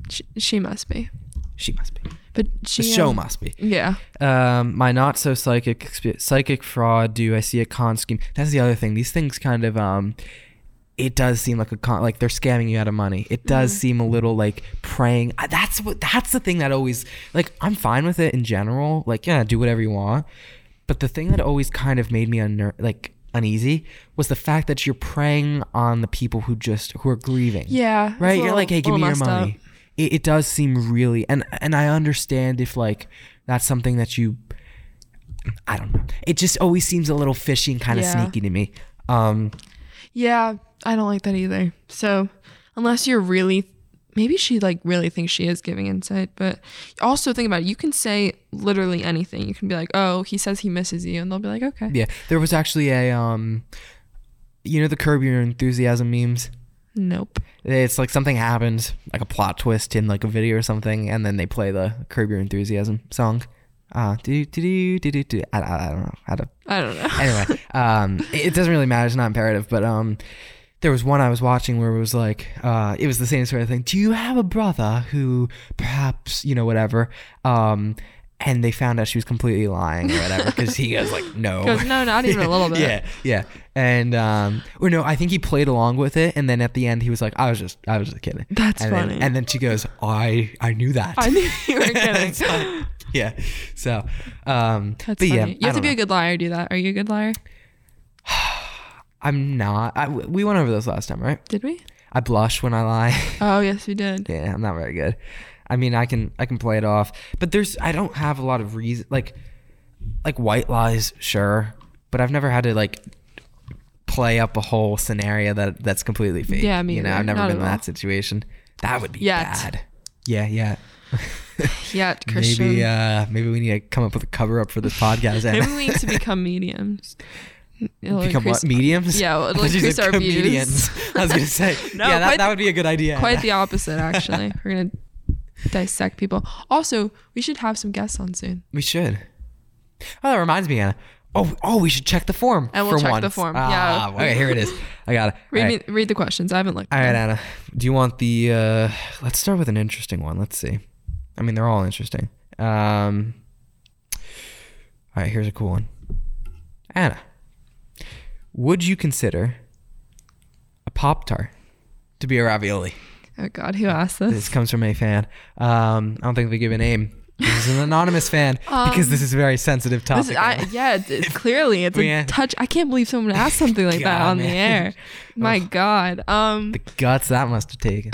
S2: She, she must be.
S1: she must be
S2: But she.
S1: the show
S2: um,
S1: must be.
S2: Yeah.
S1: Um, my not so psychic expe- psychic fraud. Do I see a con scheme? That's the other thing. These things kind of um, it does seem like a con. Like they're scamming you out of money. It does seem a little like praying. I- That's what. That's the thing that always like. I'm fine with it in general. Like yeah, do whatever you want. But the thing that always kind of made me unner- like uneasy was the fact that you're preying on the people who just who are grieving.
S2: Yeah, it's a
S1: Right. You're
S2: little-
S1: like, hey, give
S2: little
S1: me your
S2: messed up.
S1: money it, it does seem really and and I understand if like that's something that you I don't know. It just always seems a little fishy and kind of
S2: Yeah.
S1: sneaky to me. Um
S2: Yeah, I don't like that either. So, unless you're really, maybe she like really thinks she is giving insight, but also think about it. You can say literally anything. You can be like, oh, he says he misses you, and they'll be like, okay.
S1: yeah, there was actually a um you know the curb your enthusiasm memes?
S2: Nope.
S1: It's like something happens, like a plot twist in like a video or something and then they play the curb your enthusiasm song. Uh do do do do do do I, I, I don't know how to
S2: I don't know.
S1: anyway, um, it it doesn't really matter. It's not imperative, but um, there was one I was watching where it was like, uh, it was the same sort of thing. Do you have a brother who perhaps you know whatever? Um, and they found out she was completely lying or whatever because he goes like, no.
S2: Goes, no, not even a little bit.
S1: Yeah, yeah, and um, or no, I think he played along with it, and then at the end he was like, "I was just, I was just kidding."
S2: That's
S1: and then-
S2: funny.
S1: and then she goes, "I, I knew that."
S2: I knew you were kidding.
S1: It's like- yeah, so, um,
S2: That's
S1: but
S2: funny.
S1: yeah,
S2: you have to be
S1: a
S2: a good liar. to Do that. Are you a good liar?
S1: I'm not. I, we went over this last time, right?
S2: Did we?
S1: I blush when I lie.
S2: Oh yes, we did.
S1: yeah, I'm not very good. I mean, I can I can play it off, but there's I don't have a lot of reason like like white lies, sure, but I've never had to like play up a whole scenario that that's completely fake.
S2: Yeah, me
S1: You know,
S2: either.
S1: I've never
S2: Not
S1: been in
S2: at all.
S1: that situation. That would be
S2: Yet.
S1: bad. Yeah, yeah.
S2: Yeah, Christian.
S1: maybe uh maybe we need to come up with a cover up for this podcast and
S2: Maybe we need to become mediums. It'll
S1: become what
S2: increase-
S1: mediums?
S2: Yeah, well, it'll
S1: I thought you
S2: increase
S1: said
S2: our views.
S1: comedians. I was gonna say,
S2: No,
S1: yeah, that,
S2: quite-
S1: that would be a good idea.
S2: Quite the opposite, actually. We're gonna dissect people. Also, we should have some guests on soon.
S1: We should. Oh, that reminds me, Anna. Oh, oh, we should check the form.
S2: And we'll
S1: for
S2: check the
S1: once.
S2: form,
S1: Ah,
S2: yeah.
S1: Okay, here it is. I got it.
S2: Read
S1: All
S2: me,
S1: right.
S2: read the questions. I haven't looked.
S1: All right, Anna. Do you want the? uh Let's start with an interesting one. Let's see. I mean, they're all interesting. Um. All right, here's a cool one. Anna, would you consider a pop tart to be a ravioli?
S2: Oh God, who asked this?
S1: This comes from a fan. Um, I don't think they give a name. This is an anonymous fan because this is a very sensitive topic.
S2: Um, This is, I, yeah, it- it- clearly it's a
S1: Yeah.
S2: touch. I can't believe someone asked something like that
S1: God,
S2: on the
S1: man.
S2: air. My God, um,
S1: the guts that must have taken.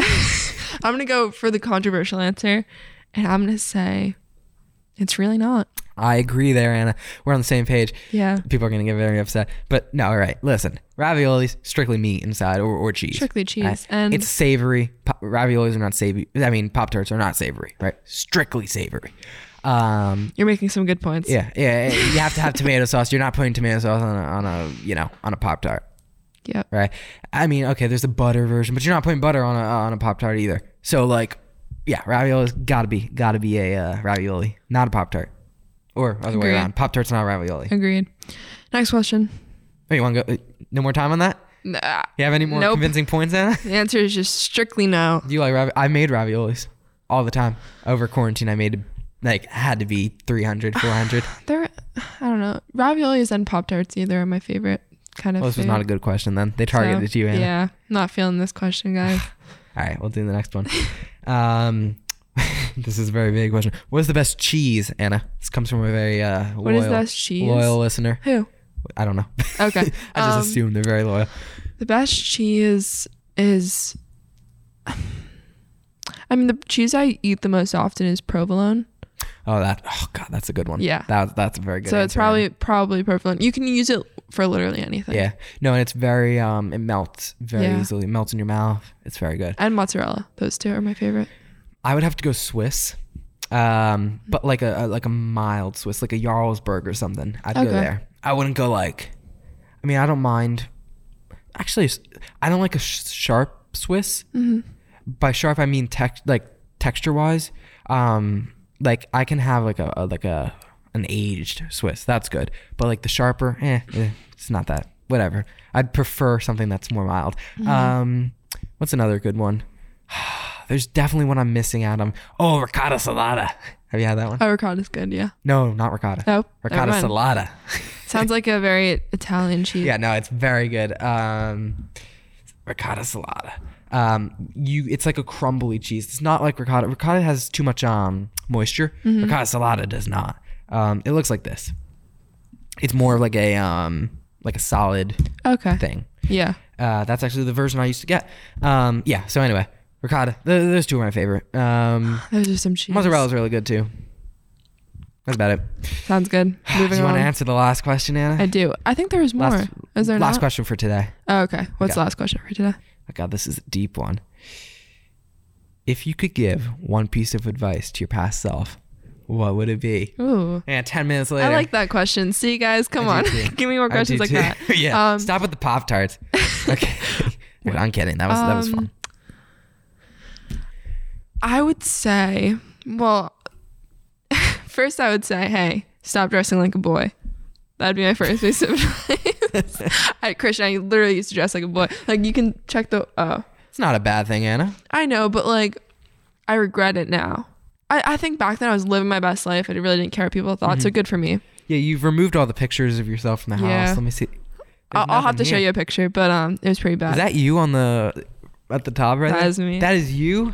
S2: I'm gonna go for the controversial answer, and I'm gonna say it's really not.
S1: I agree there, Anna. We're on the same page.
S2: Yeah,
S1: People are going to get very upset. But no, all right. Listen, raviolis, strictly meat inside or, or cheese.
S2: strictly cheese,
S1: All right?
S2: and
S1: it's savory. Pop, raviolis are not savory. I mean, Pop Tarts are not savory, right? Strictly savory. Um,
S2: you're making some good points.
S1: yeah, yeah. You have to have tomato sauce. You're not putting tomato sauce on a, on a you know, on a Pop Tart.
S2: Yep.
S1: right? I mean, okay, there's a butter version, but you're not putting butter on a on a pop tart either. So like, yeah, ravioli's gotta be gotta be a uh, ravioli, not a pop tart, or other way
S2: Agreed.
S1: around. Pop tart's not ravioli.
S2: Agreed. Next question.
S1: Wait, you want to go? uh, No more time on that.
S2: Nah,
S1: You have any more
S2: Nope.
S1: convincing points, Anna?
S2: the answer is just strictly no.
S1: Do you like ravi? I made raviolis all the time over quarantine. I made like had to be 300, 400.
S2: There, I don't know. Raviolis and pop tarts either are my favorite kind of.
S1: well, this was
S2: food.
S1: not a good question then. They
S2: So,
S1: targeted you, Anna.
S2: Yeah, not feeling this question, guys.
S1: All right, we'll do the next one. Um, this is a very big question. What is the best cheese, Anna? This comes from a very uh, loyal,
S2: What is best cheese?
S1: loyal listener.
S2: Who?
S1: I don't know.
S2: Okay.
S1: I just
S2: um,
S1: assume they're very loyal.
S2: The best cheese is. I mean, the cheese I eat the most often is provolone,
S1: Oh, that. Oh, God, that's a good one.
S2: Yeah.
S1: That, that's a very good.
S2: so it's
S1: answer, Anna.
S2: probably probably provolone. You can use it for literally anything.
S1: Yeah. No, and it's very. Um, it melts very
S2: Yeah.
S1: easily. It melts in your mouth. It's very good.
S2: And mozzarella. Those two are my favorite.
S1: I would have to go Swiss. Um, but like a, a like a mild Swiss, like a Jarlsberg or something. I'd go
S2: Okay.
S1: there. I wouldn't go like. I mean, I don't mind. Actually, s- I don't like a sh- sharp Swiss. By sharp, I mean tex- like texture wise. Um, like I can have like a, a like a an aged Swiss. That's good. But like the sharper, eh, eh, it's not that. Whatever. I'd prefer something that's more mild. Um, what's another good one? There's definitely one I'm missing out on. Oh, ricotta salata. Have you had that one?
S2: Oh, ricotta's good. Yeah.
S1: No, not ricotta.
S2: Oh,
S1: ricotta
S2: never
S1: salata.
S2: Sounds like a very Italian cheese.
S1: yeah, no, it's very good. Um, ricotta salata. Um, you, it's like a crumbly cheese. It's not like ricotta. Ricotta has too much um moisture.
S2: Mm-hmm.
S1: Ricotta salata does not. Um, it looks like this. It's more of like a um like a solid
S2: Okay.
S1: thing.
S2: Yeah.
S1: Uh, that's actually the version I used to get. Um, yeah. So anyway, ricotta. Th- those two are my favorite. Um.
S2: Those are some cheese.
S1: Mozzarella's really good too. That's about it.
S2: Sounds good.
S1: Do
S2: Moving
S1: you
S2: on.
S1: want to answer the last question, Anna?
S2: I do. I think there was more.
S1: Last-
S2: Is there
S1: last
S2: not?
S1: question for today.
S2: Oh, okay. What's
S1: Okay.
S2: the last question for today?
S1: Oh, God, this is a deep one. If you could give one piece of advice to your past self, what would it be?
S2: Ooh.
S1: Yeah, ten minutes later.
S2: I like that question. See, guys, come
S1: I
S2: on.
S1: do too.
S2: Give me more
S1: I do
S2: questions like
S1: too.
S2: that.
S1: yeah.
S2: Um,
S1: Stop with the pop tarts. Okay. Wait, I'm kidding. That was that was fun.
S2: Um, I would say, well, first I would say, hey, stop dressing like a boy. That'd be my first piece of advice. I, Christian, I literally used to dress like a boy. Like, you can check the. Oh,
S1: It's not a bad thing, Anna.
S2: I know, but like, I regret it now. I, I think back then I was living my best life. I really didn't care what people thought.
S1: Mm-hmm.
S2: So good for me.
S1: Yeah, you've removed all the pictures of yourself from the house.
S2: Yeah.
S1: Let me see.
S2: I'll, I'll have to
S1: nothing
S2: show
S1: here.
S2: you a picture, but um, it was pretty bad.
S1: Is that you on the at the top right
S2: That
S1: there?
S2: is me.
S1: That is you.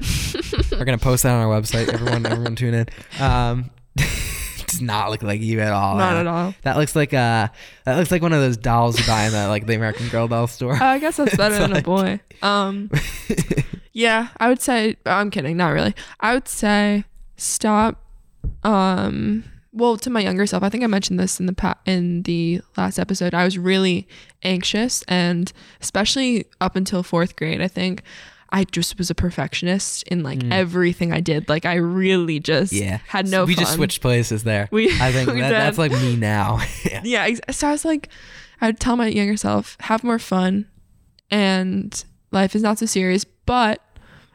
S1: We're gonna post that on our website. Everyone, everyone, tune in. Um, does not look like you at all.
S2: Not
S1: Anna.
S2: at all.
S1: That looks like uh, that looks like one of those dolls you buy in the like the American Girl doll store.
S2: Uh, I guess that's better than a
S1: like-
S2: boy. Um, yeah, I would say. oh, I'm kidding, not really. I would say stop. Um, well, to my younger self, I think I mentioned this in the pa- in the last episode. I was really anxious, and especially up until fourth grade, I think. I just was a perfectionist in like everything I did. Like I really just
S1: Mm. yeah,
S2: had
S1: So
S2: no.
S1: we
S2: fun.
S1: just switched places there.
S2: We-
S1: I think
S2: we
S1: that,
S2: did.
S1: that's like me now. yeah.
S2: yeah ex- so i was like i would tell my younger self have more fun and life is not so serious but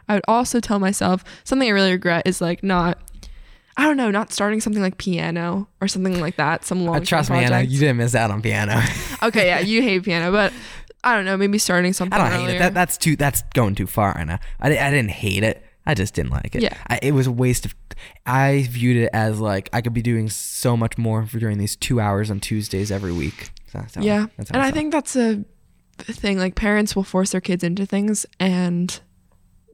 S2: I would also tell myself something I really regret is like not, I don't know, not starting something like piano or something like that. Some long.
S1: Uh, trust me, Anna, you didn't miss out on piano.
S2: okay, yeah, you hate piano, but I don't know, maybe starting
S1: I
S2: something.
S1: don't hate it.
S2: earlier.
S1: That, that's too. That's going too far, Anna. I, di- I didn't hate it. I just didn't like it.
S2: Yeah.
S1: I, it was a waste of. I viewed it as like I could be doing so much more for during these two hours on Tuesdays every week. So that's how-
S2: yeah,
S1: that's how
S2: and I
S1: felt.
S2: think that's a thing. Like parents will force their kids into things, and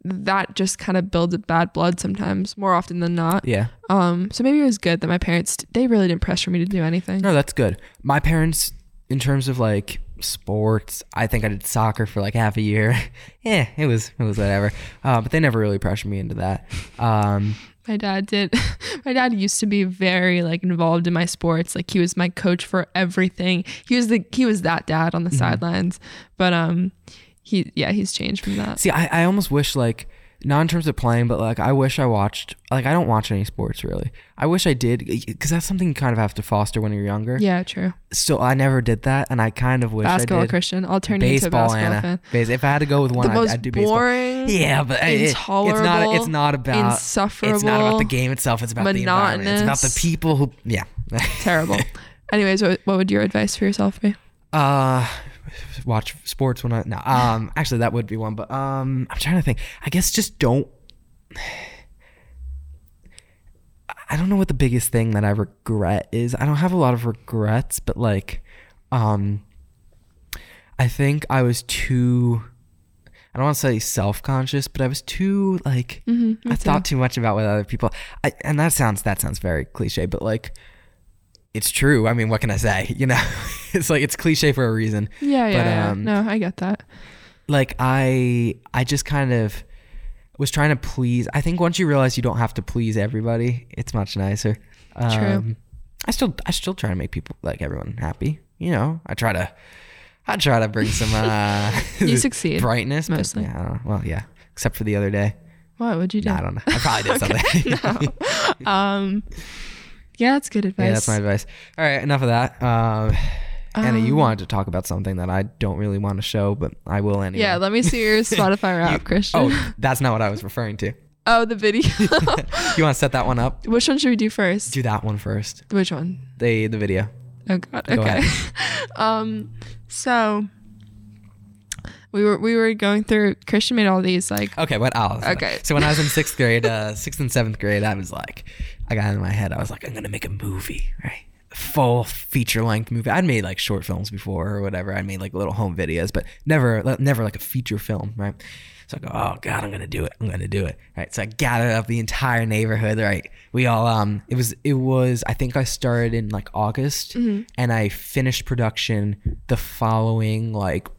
S2: that just kind of builds up bad blood sometimes, more often than not.
S1: Yeah.
S2: Um, so maybe it was good that my parents they really didn't pressure me to do anything.
S1: No, that's good. My parents, in terms of like sports, I think I did soccer for like half a year. yeah, it was it was whatever. Uh, but they never really pressured me into that. Um,
S2: My dad did. My dad used to be very like involved in my sports. Like he was my coach for everything. He was the he was that dad
S1: Mm-hmm.
S2: on the sidelines. But um, he yeah he's changed from that.
S1: see, I, I almost wish like not in terms of playing, but like I wish I watched. Like I don't watch any sports really. I wish I did because that's something you kind of have to foster when you're younger.
S2: Yeah, true.
S1: So I never did that, and I kind of wish I
S2: Basketball
S1: did.
S2: Christian. I'll turn you into a
S1: baseball,
S2: basketball
S1: Anna.
S2: fan.
S1: Bas- If I had to go with one,
S2: The
S1: I'd,
S2: most
S1: I'd do baseball.
S2: boring,
S1: Yeah, but it- It's not.
S2: intolerable,
S1: It's not about. It's not about
S2: insufferable,
S1: the game itself. It's about the environment. It's about the
S2: monotonous.
S1: people who. Yeah.
S2: terrible. Anyways, what, what would your advice for yourself be?
S1: uh, watch sports when I no. Um, actually, that would be one. But um, I'm trying to think. I guess just don't. I don't know what the biggest thing that I regret is. I don't have a lot of regrets, but like, um, I think I was too. I don't want to say self-conscious, but I was too like
S2: Mm-hmm,
S1: I thought too much about what other people. I, and that sounds that sounds very cliche, but like, it's true. I mean, what can I say? You know, it's like it's cliche for a reason.
S2: Yeah, yeah, yeah.
S1: um,
S2: no, I get that.
S1: Like I, I just kind of was trying to please. I think once you realize you don't have to please everybody, it's much nicer. Um, I still, I still try to make people like everyone happy. You know, I try to, I try to bring some uh,
S2: You succeed,
S1: brightness but
S2: mostly.
S1: yeah, I don't know. well, yeah, except for the other day.
S2: What would you do?
S1: No, I don't know. I probably did something.
S2: um, yeah, that's good advice.
S1: Yeah, that's my advice. All right, enough of that. Um, Anna, you wanted to talk about something that I don't really want to show, but I will anyway.
S2: Yeah, let me see your Spotify rap, Christian. Oh.
S1: oh, that's not what I was referring to.
S2: the video.
S1: You want to set that one up?
S2: Which one should we do first?
S1: Do that one first.
S2: Which one?
S1: The the video.
S2: Oh God.
S1: Go
S2: Okay. um, so we were we were going through. Christian made all these like.
S1: Okay, what else?
S2: Okay.
S1: So when I was in sixth grade, uh, sixth and seventh grade, I was like, I got in my head, I was like, I'm gonna make a movie, right? Full feature length movie. I'd made like short films before or whatever. I made like little home videos, but never, le- never like a feature film, right? So I go, oh god, I'm gonna do it. I'm gonna do it, right? So I gathered up the entire neighborhood, right? We all, um, it was, it was. I think I started in like August, and I finished production the following like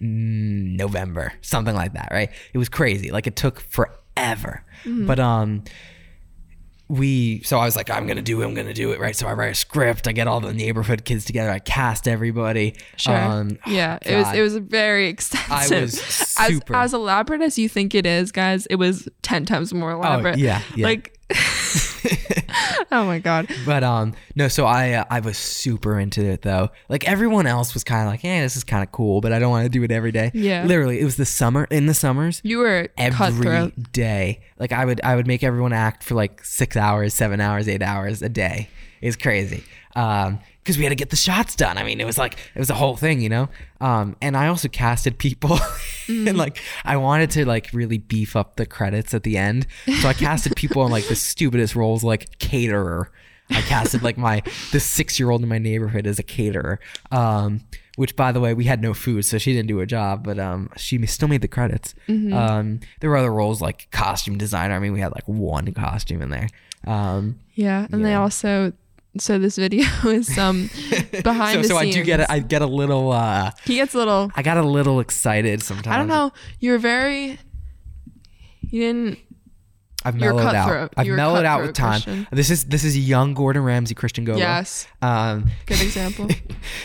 S1: mm, November, something like that, right? It was crazy. Like it took forever.
S2: Mm.
S1: But um we so I was like, I'm gonna do it, I'm gonna do it, right? So I write a script, I get all the neighborhood kids together, I cast everybody.
S2: Sure.
S1: Um
S2: yeah, it was
S1: God.
S2: it was very extensive.
S1: was super-
S2: as, as elaborate as you think it is, guys. It was ten times more elaborate.
S1: Oh, yeah, yeah.
S2: Like, oh my god.
S1: but um no so i uh, i was super into it though like everyone else was kind of like yeah this is kind of cool but i don't want to do it every day
S2: Yeah.
S1: literally it was the summer in the summers
S2: You were
S1: every
S2: cutthroat.
S1: day. Like I would I would make everyone act for like six hours, seven hours, eight hours a day. It's crazy. Um because we had to get the shots done. I mean, it was like it was a whole thing, you know. Um, and I also casted people, and like I wanted to like really beef up the credits at the end, so I casted people in like the stupidest roles, like caterer. I casted like my the six year old in my neighborhood as a caterer. Um, which by the way, we had no food, so she didn't do her job, but um, she still made the credits.
S2: Mm-hmm.
S1: Um, there were other roles like costume designer. I mean, we had like one costume in there. Um,
S2: Yeah, and they also. So this video is um behind
S1: so,
S2: the
S1: so I
S2: scenes.
S1: do get a, I get a little uh,
S2: He gets a little.
S1: I got a little excited sometimes.
S2: I don't know. You were very. You didn't.
S1: I've
S2: You're
S1: mellowed out.
S2: cutthroat.
S1: I've
S2: You're
S1: mellowed out with time.
S2: cutthroat, Christian.
S1: This is this is young Gordon Ramsay, Christian Gobel.
S2: Yes.
S1: Um,
S2: Good example.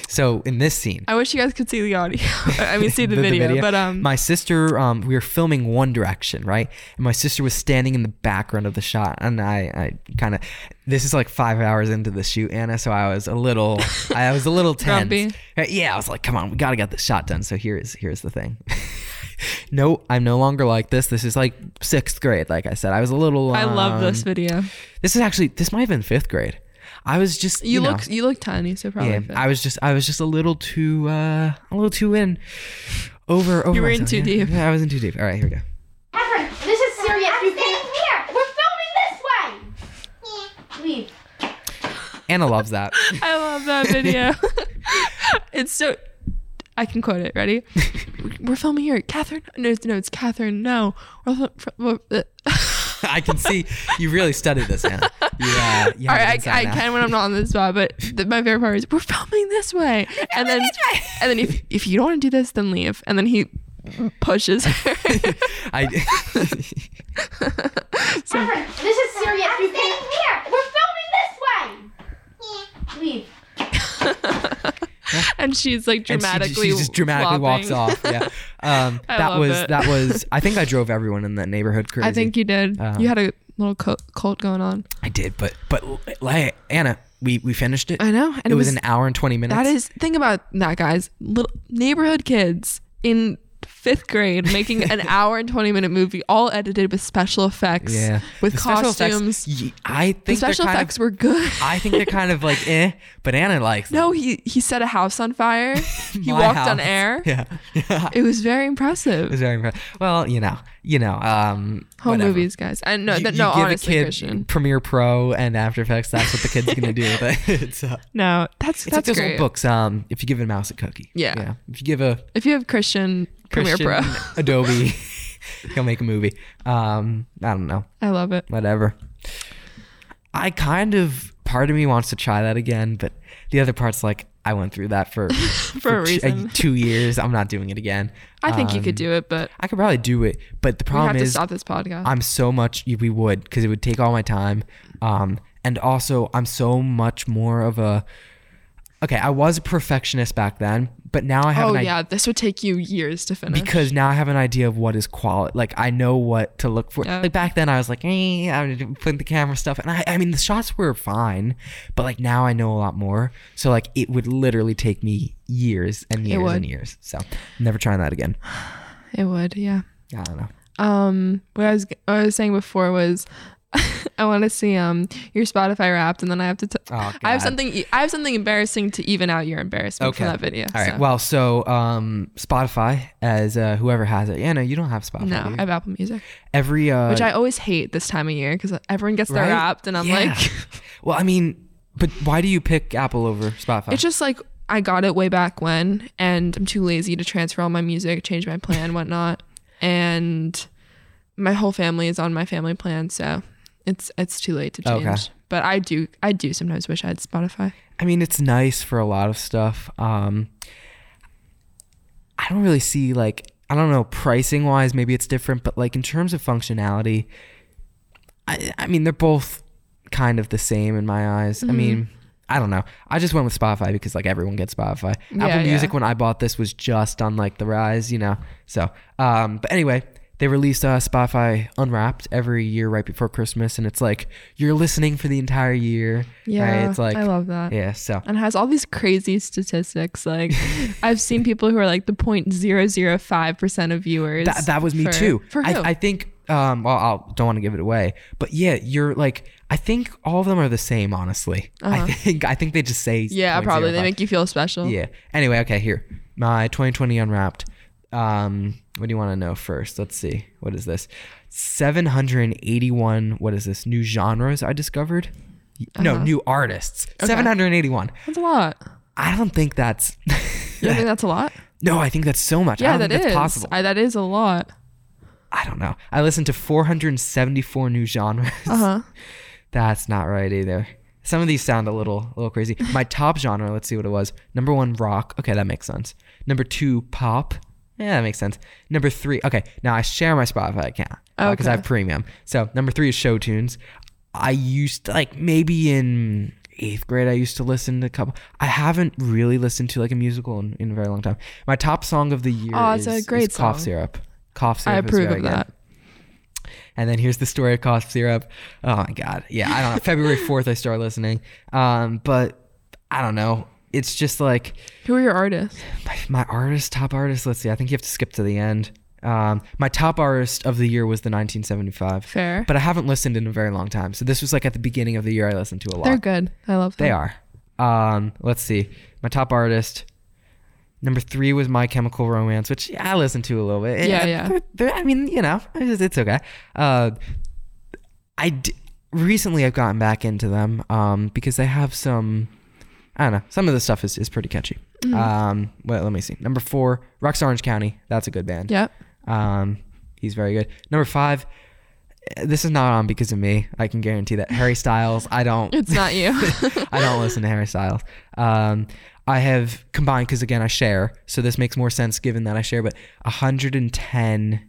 S1: so in this scene,
S2: I wish you guys could see the audio. I mean, see the, video, But um,
S1: my sister, um, we were filming One Direction, right? And my sister was standing in the background of the shot, and I, I kind of, this is like five hours into the shoot, Anna, so I was a little, I was a little tense.
S2: Grumpy.
S1: Uh, Yeah, I was like, come on, we gotta get this shot done. So here is here's the thing. no, I'm no longer like this. This is like sixth grade. Like I said, I was a little.
S2: I love this
S1: um,
S2: video.
S1: This is actually this might have been fifth grade. I was just
S2: You,
S1: you, know,
S2: look you look tiny, so probably.
S1: yeah,
S2: fit.
S1: I was just I was just a little too uh a little too in over over.
S2: were in
S1: myself.
S2: too
S1: Yeah,
S2: deep.
S1: yeah, I was in too deep. All right, here we go.
S3: Catherine, this is serious. I'm you staying here. We're filming this way. Leave.
S1: Anna loves that.
S2: I love that video. it's so. I can quote it. Ready? We're filming here. Catherine? No, it's- no, it's Catherine. No. We're fil- fil- uh,
S1: I can see you really studied this, Anna. Yeah, uh, you
S2: All
S1: have it
S2: right,
S1: inside
S2: I, I
S1: now.
S2: can when I'm not on the spot, but the, my favorite part is we're filming this way, and then and then if if you don't want to do this, then leave, and then he pushes her.
S1: I.
S3: Catherine, this is serious. I'm you staying here. We're filming this way. Leave.
S2: and she's like
S1: and she-
S2: dramatically,
S1: she, just dramatically
S2: flopping.
S1: walks off. Yeah, um,
S2: I
S1: that
S2: love
S1: was
S2: it.
S1: that was. I think I drove everyone in that neighborhood crazy.
S2: I think you did.
S1: Uh,
S2: you had a little co- cult going on.
S1: I did, but but like Anna, we we finished it.
S2: I know, and
S1: it was, an hour and twenty minutes.
S2: That is think about that, guys. Little neighborhood kids in fifth grade making an hour and twenty minute movie, all edited with special effects,
S1: yeah.
S2: with
S1: The special
S2: costumes.
S1: effects, y- I think
S2: the
S1: they're
S2: special
S1: kind
S2: effects
S1: Of,
S2: were good.
S1: I think they're kind of like eh, but Anna likes. them.
S2: no, he he set a house on fire. He
S1: My
S2: walked
S1: house.
S2: on air.
S1: Yeah, yeah.
S2: It was very
S1: It
S2: impressive.
S1: was very impre- well, you know, you know, um,
S2: Home
S1: whatever.
S2: movies, guys. And no,
S1: You-
S2: that
S1: you
S2: no,
S1: give
S2: honestly,
S1: a kid
S2: Christian.
S1: Premiere Pro and After Effects. That's what the kid's gonna do. But it's uh,
S2: No, that's
S1: It's
S2: that's
S1: like those
S2: great.
S1: old books. Um, if you give a mouse a cookie,
S2: Yeah.
S1: If you give a
S2: If you have Christian Premiere Pro,
S1: Christian Adobe, he'll make a movie. Um, I don't know,
S2: I love it.
S1: whatever. I kind of part of me wants to try that again, but the other part's like I went through that for for,
S2: a
S1: t-
S2: reason.
S1: two years. I'm not doing it again.
S2: I think you
S1: Um,
S2: could do it, but
S1: I could probably do it, but the
S2: we have
S1: problem
S2: to
S1: is
S2: stop this podcast.
S1: I'm so much we would because it would take all my time. Um, and also I'm so much more of a okay. I was a perfectionist back then, but now I have
S2: oh
S1: an idea
S2: yeah, this would take you years to finish.
S1: because now I have an idea of what is quality. Like I know what to look for.
S2: Yeah.
S1: Like back then I was like, eh, I'm putting the camera stuff, and I I mean the shots were fine, but like now I know a lot more. So like it would literally take me years and years
S2: would.
S1: and years. So never trying that again.
S2: it would, yeah.
S1: I don't know.
S2: um what I was what I was saying before was I want to see um your Spotify Wrapped, and then I have to. T-
S1: Oh,
S2: I have
S1: God.
S2: something. e, I have something embarrassing to even out your embarrassment from that video.
S1: All right.
S2: so.
S1: Well, so um, Spotify, as uh, whoever has it, yeah, no, you don't have Spotify.
S2: no,
S1: do you?
S2: I have Apple Music,
S1: every uh,
S2: which I always hate this time of year because everyone gets their
S1: right?
S2: Wrapped, and I'm
S1: Yeah.
S2: like,
S1: well, I mean, but why do you pick Apple over Spotify?
S2: it's just like I got it way back when, and I'm too lazy to transfer all my music, change my plan, whatnot, and my whole family is on my family plan, so it's it's too late to change.
S1: Okay.
S2: But I do I do sometimes wish I had Spotify.
S1: I mean, it's nice for a lot of stuff. Um, I don't really see like I don't know pricing wise, maybe it's different, but like in terms of functionality, I I mean they're both kind of the same in my eyes. I mean.
S2: Mm-hmm.
S1: I don't know. I just went with Spotify because like everyone gets Spotify.
S2: Yeah,
S1: Apple Music
S2: yeah.
S1: when I bought this was just on like the rise, you know. So, um but anyway, they released uh, Spotify Unwrapped every year right before Christmas and it's like you're listening for the entire year.
S2: Yeah,
S1: right? It's like
S2: I love that.
S1: Yeah, so
S2: and has all these crazy statistics. Like I've seen people who are like the point zero zero five percent of viewers.
S1: That, that was me
S2: for-
S1: too.
S2: For who?
S1: I, I think. Um, well, I don't want to give it away, but yeah, you're like, I think all of them are the same. Honestly, I think I think they just say
S2: Uh-huh. yeah, probably. They
S1: 0.05.
S2: make you feel special.
S1: yeah. Anyway, okay, here my 2020 unwrapped. Um, what do you want to know first? Let's see. What is this? 781. What is this? New genres I discovered. No,
S2: Uh-huh.
S1: new artists. 781.
S2: That's a lot.
S1: I don't think that's.
S2: You don't think that's a lot?
S1: no, I think that's so much. I
S2: Yeah,
S1: don't
S2: that
S1: think
S2: is.
S1: that's possible.
S2: I, that is a lot.
S1: I don't know. I listened to 474 new genres.
S2: Uh huh.
S1: That's not right either. Some of these sound a little a little crazy. My top genre, let's see what it was. Number 1 rock. Okay, that makes sense. Number 2 pop. Yeah, that makes sense. Number 3. Okay, now I share my Spotify account because I
S2: Okay.
S1: have premium. So, number 3 is show tunes. I used to, like maybe in 8th grade I used to listen to a couple. I haven't really listened to like a musical in, in a very long time. My top song of the year
S2: Aw,
S1: is,
S2: it's a great
S1: is cough
S2: song.
S1: syrup. Cough syrup
S2: I
S1: is
S2: approve
S1: very
S2: of
S1: good.
S2: that.
S1: And then here's the story of cough syrup. Oh my god. Yeah, I don't know. February 4th I started listening. Um, but I don't know. It's just like
S2: Who are your artists?
S1: my, my artist, top artist, let's see. I think you have to skip to the end. Um, my top artist of the year was the 1975.
S2: Fair.
S1: But I haven't listened in a very long time. So this was like at the beginning of the year I listened to a lot.
S2: They're good. I love them.
S1: They are. Um, let's see. My top artist. Number three was My Chemical Romance, which I listened to a little bit.
S2: Yeah, yeah.
S1: they're- they're- I mean, you know, it's, it's okay. Uh, I d- recently I've gotten back into them um, because they have some. I don't know. Some of the stuff is, is pretty catchy.
S2: Mm-hmm.
S1: Um, well, let me see. Number four, Rocks Orange County. That's a good band.
S2: Yep.
S1: Um, he's very good. Number five, eh, this is not on because of me. I can guarantee that Harry Styles. I don't.
S2: It's not you.
S1: I don't listen to Harry Styles. Um, I have combined because again I share, so this makes more sense given that I share. But 110,000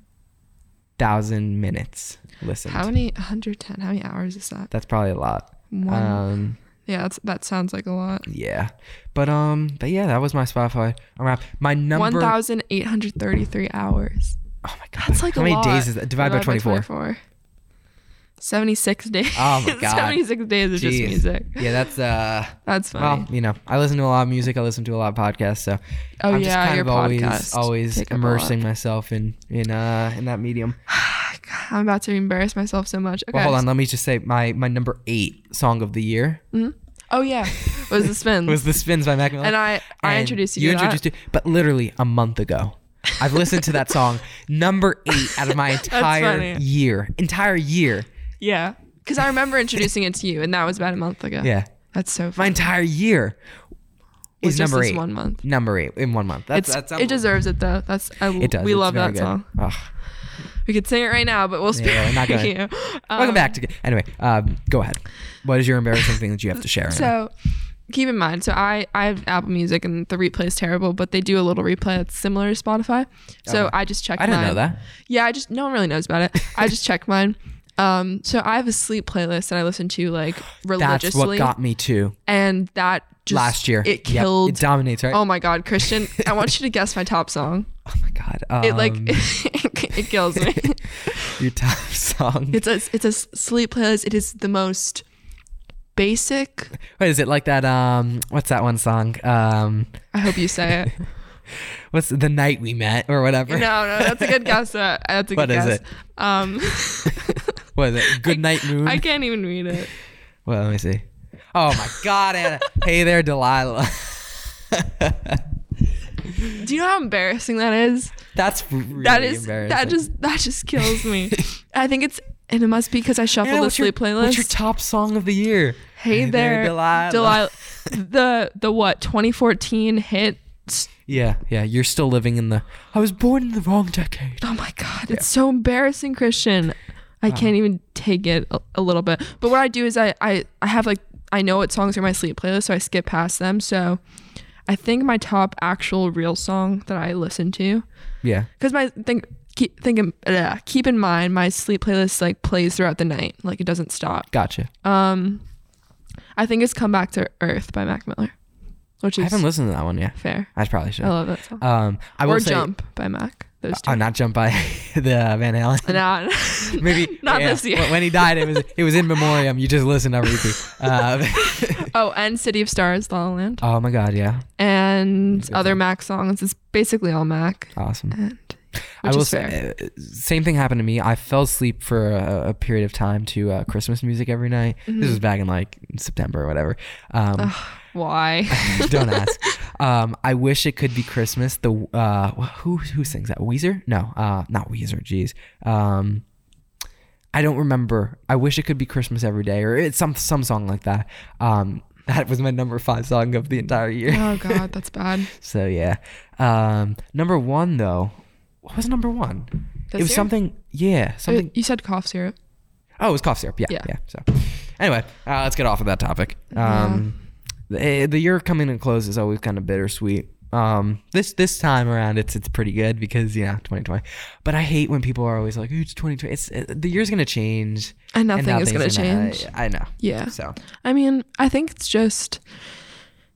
S1: minutes listened.
S2: How many? 110. How many hours is that?
S1: That's probably a lot.
S2: Wow.
S1: Um,
S2: yeah, that's, that sounds like a lot.
S1: yeah, but um, but yeah, that was my Spotify unwrap. My number.
S2: 1,833 hours.
S1: oh my god,
S2: That's like
S1: how
S2: a
S1: many
S2: lot.
S1: days is that? Divide, by 24.
S2: 76 days.
S1: Oh my God.
S2: 76 days of just
S1: Jeez.
S2: music.
S1: Yeah, that's uh.
S2: That's funny.
S1: Well, you know, I listen to a lot of music. I listen to a lot of podcasts. So
S2: Oh,
S1: I'm just
S2: yeah,
S1: kind
S2: your
S1: of always
S2: podcasts
S1: always
S2: take up a lot.
S1: immersing myself in in uh in that medium.
S2: I'm about to embarrass myself so much. Okay.
S1: Well, hold on. Let me just say my my number eight song of the year
S2: Oh yeah, was the spins.
S1: was "The Spins" by Mac Miller.
S2: and I I
S1: And
S2: introduced you.
S1: You
S2: to that.
S1: introduced it, but literally a month ago. I've listened to that song number eight out of my entire
S2: funny.
S1: year. Entire year.
S2: Yeah, because I remember introducing it to you, and that was about a month ago.
S1: Yeah,
S2: that's so
S1: my
S2: funny.
S1: entire year
S2: With
S1: is
S2: just
S1: number
S2: this
S1: eight.
S2: one month.
S1: Number eight in one month. That's,
S2: It's,
S1: that's
S2: it deserves it though. That's I,
S1: It does.
S2: We
S1: It's
S2: love
S1: very
S2: that
S1: good.
S2: song.
S1: Ugh.
S2: We could sing it right now, but we'll spare
S1: Yeah, we're not gonna.
S2: you. Um,
S1: Welcome back to anyway. Um, go ahead. What is your embarrassing thing that you have to share?
S2: Um, So keep in mind, so I I have Apple Music and the replay is terrible, but they do a little replay that's similar to Spotify. So
S1: Okay.
S2: I just checked.
S1: Oh. I didn't know
S2: mine.
S1: that.
S2: Yeah, I just no one really knows about it. I just checked mine. Um, so I have a sleep playlist that I listen to like
S1: that's what
S2: religiously,
S1: got me too
S2: and that just
S1: last year.
S2: it
S1: Yep.
S2: killed.
S1: It dominates, right?
S2: oh my god, Christian! I want you to guess my top song.
S1: Oh my god. Um,
S2: It like it kills me.
S1: your top song.
S2: Um, It's a it's a s- sleep playlist. It is the most basic.
S1: Wait, is it like that? Um, what's that one song? Um,
S2: I hope you say it.
S1: what's the night we met or whatever?
S2: No, no, that's a good guess. Uh, that's a
S1: What
S2: good
S1: is
S2: guess.
S1: it?
S2: Um,
S1: What is it? Good
S2: I-
S1: night moon.
S2: I can't even read it.
S1: well, let me see. Oh my god, Anna. hey there, Delilah.
S2: Do you know how embarrassing that is?
S1: that's really
S2: that is
S1: embarrassing.
S2: that just that just kills me. I think it's and it must be because I shuffled
S1: Anna,
S2: the
S1: what's your,
S2: sleep playlist.
S1: What's your top song of the year?
S2: hey there,
S1: Delilah.
S2: Delilah. The the what 2014 hit. s-
S1: Yeah, yeah. You're still living in the. I was born in the wrong decade.
S2: Oh my god, it's so embarrassing, Christian. I can't even take it a, a little bit. But what I do is I, I I have like I know what songs are in my sleep playlist, so I skip past them. So I think my top actual real song that I listen to
S1: Yeah.
S2: because my think keep thinking uh, keep in mind my sleep playlist like plays throughout the night, like it doesn't stop.
S1: Gotcha.
S2: Um, I think it's "Come Back to Earth" by Mac Miller, which
S1: I
S2: is
S1: haven't listened to that one yet.
S2: fair.
S1: I probably should.
S2: I love that song.
S1: Um, I will
S2: Oh. or
S1: say,
S2: "Jump" by Mac. Those two.
S1: Oh, not jump by the Van Halen.
S2: no,
S1: Maybe
S2: not
S1: yeah,
S2: this year.
S1: When he died, it was it was in memoriam. You just listen to repeat. Um,
S2: oh, and "City of Stars," La La Land,
S1: oh my god, yeah,
S2: and other Mac songs. It's basically all Mac,
S1: awesome.
S2: and which
S1: I will
S2: is fair.
S1: say, uh, same thing happened to me. I fell asleep for a, a period of time to uh, Christmas music every night.
S2: Mm-hmm.
S1: This was back in like September or whatever.
S2: Uh-huh.
S1: Um,
S2: Why?
S1: don't ask. Um, I wish it could be Christmas. The uh, wh- who who sings that? Weezer? No, uh, not Weezer. Jeez. Um, I don't remember. I wish it could be Christmas every day, or it's some some song like that. Um, that was my number five song of the entire year.
S2: oh God, that's bad.
S1: So yeah. Um, number one though, what was number one?
S2: This
S1: it was
S2: year?
S1: something. Yeah, something.
S2: You said cough syrup.
S1: Oh, it was cough syrup. Yeah,
S2: Yeah.
S1: yeah. So, anyway, uh, let's get off of that topic. Um, the, the year coming to close is always kind of bittersweet. Um, this this time around, it's it's pretty good because you know 2020. But I hate when people are always like, "Ooh, "It's 2020." It's uh, the year's gonna change,
S2: And nothing is
S1: nothing's
S2: gonna
S1: gonna-
S2: change.
S1: I, I know.
S2: Yeah.
S1: So
S2: I mean, I think it's just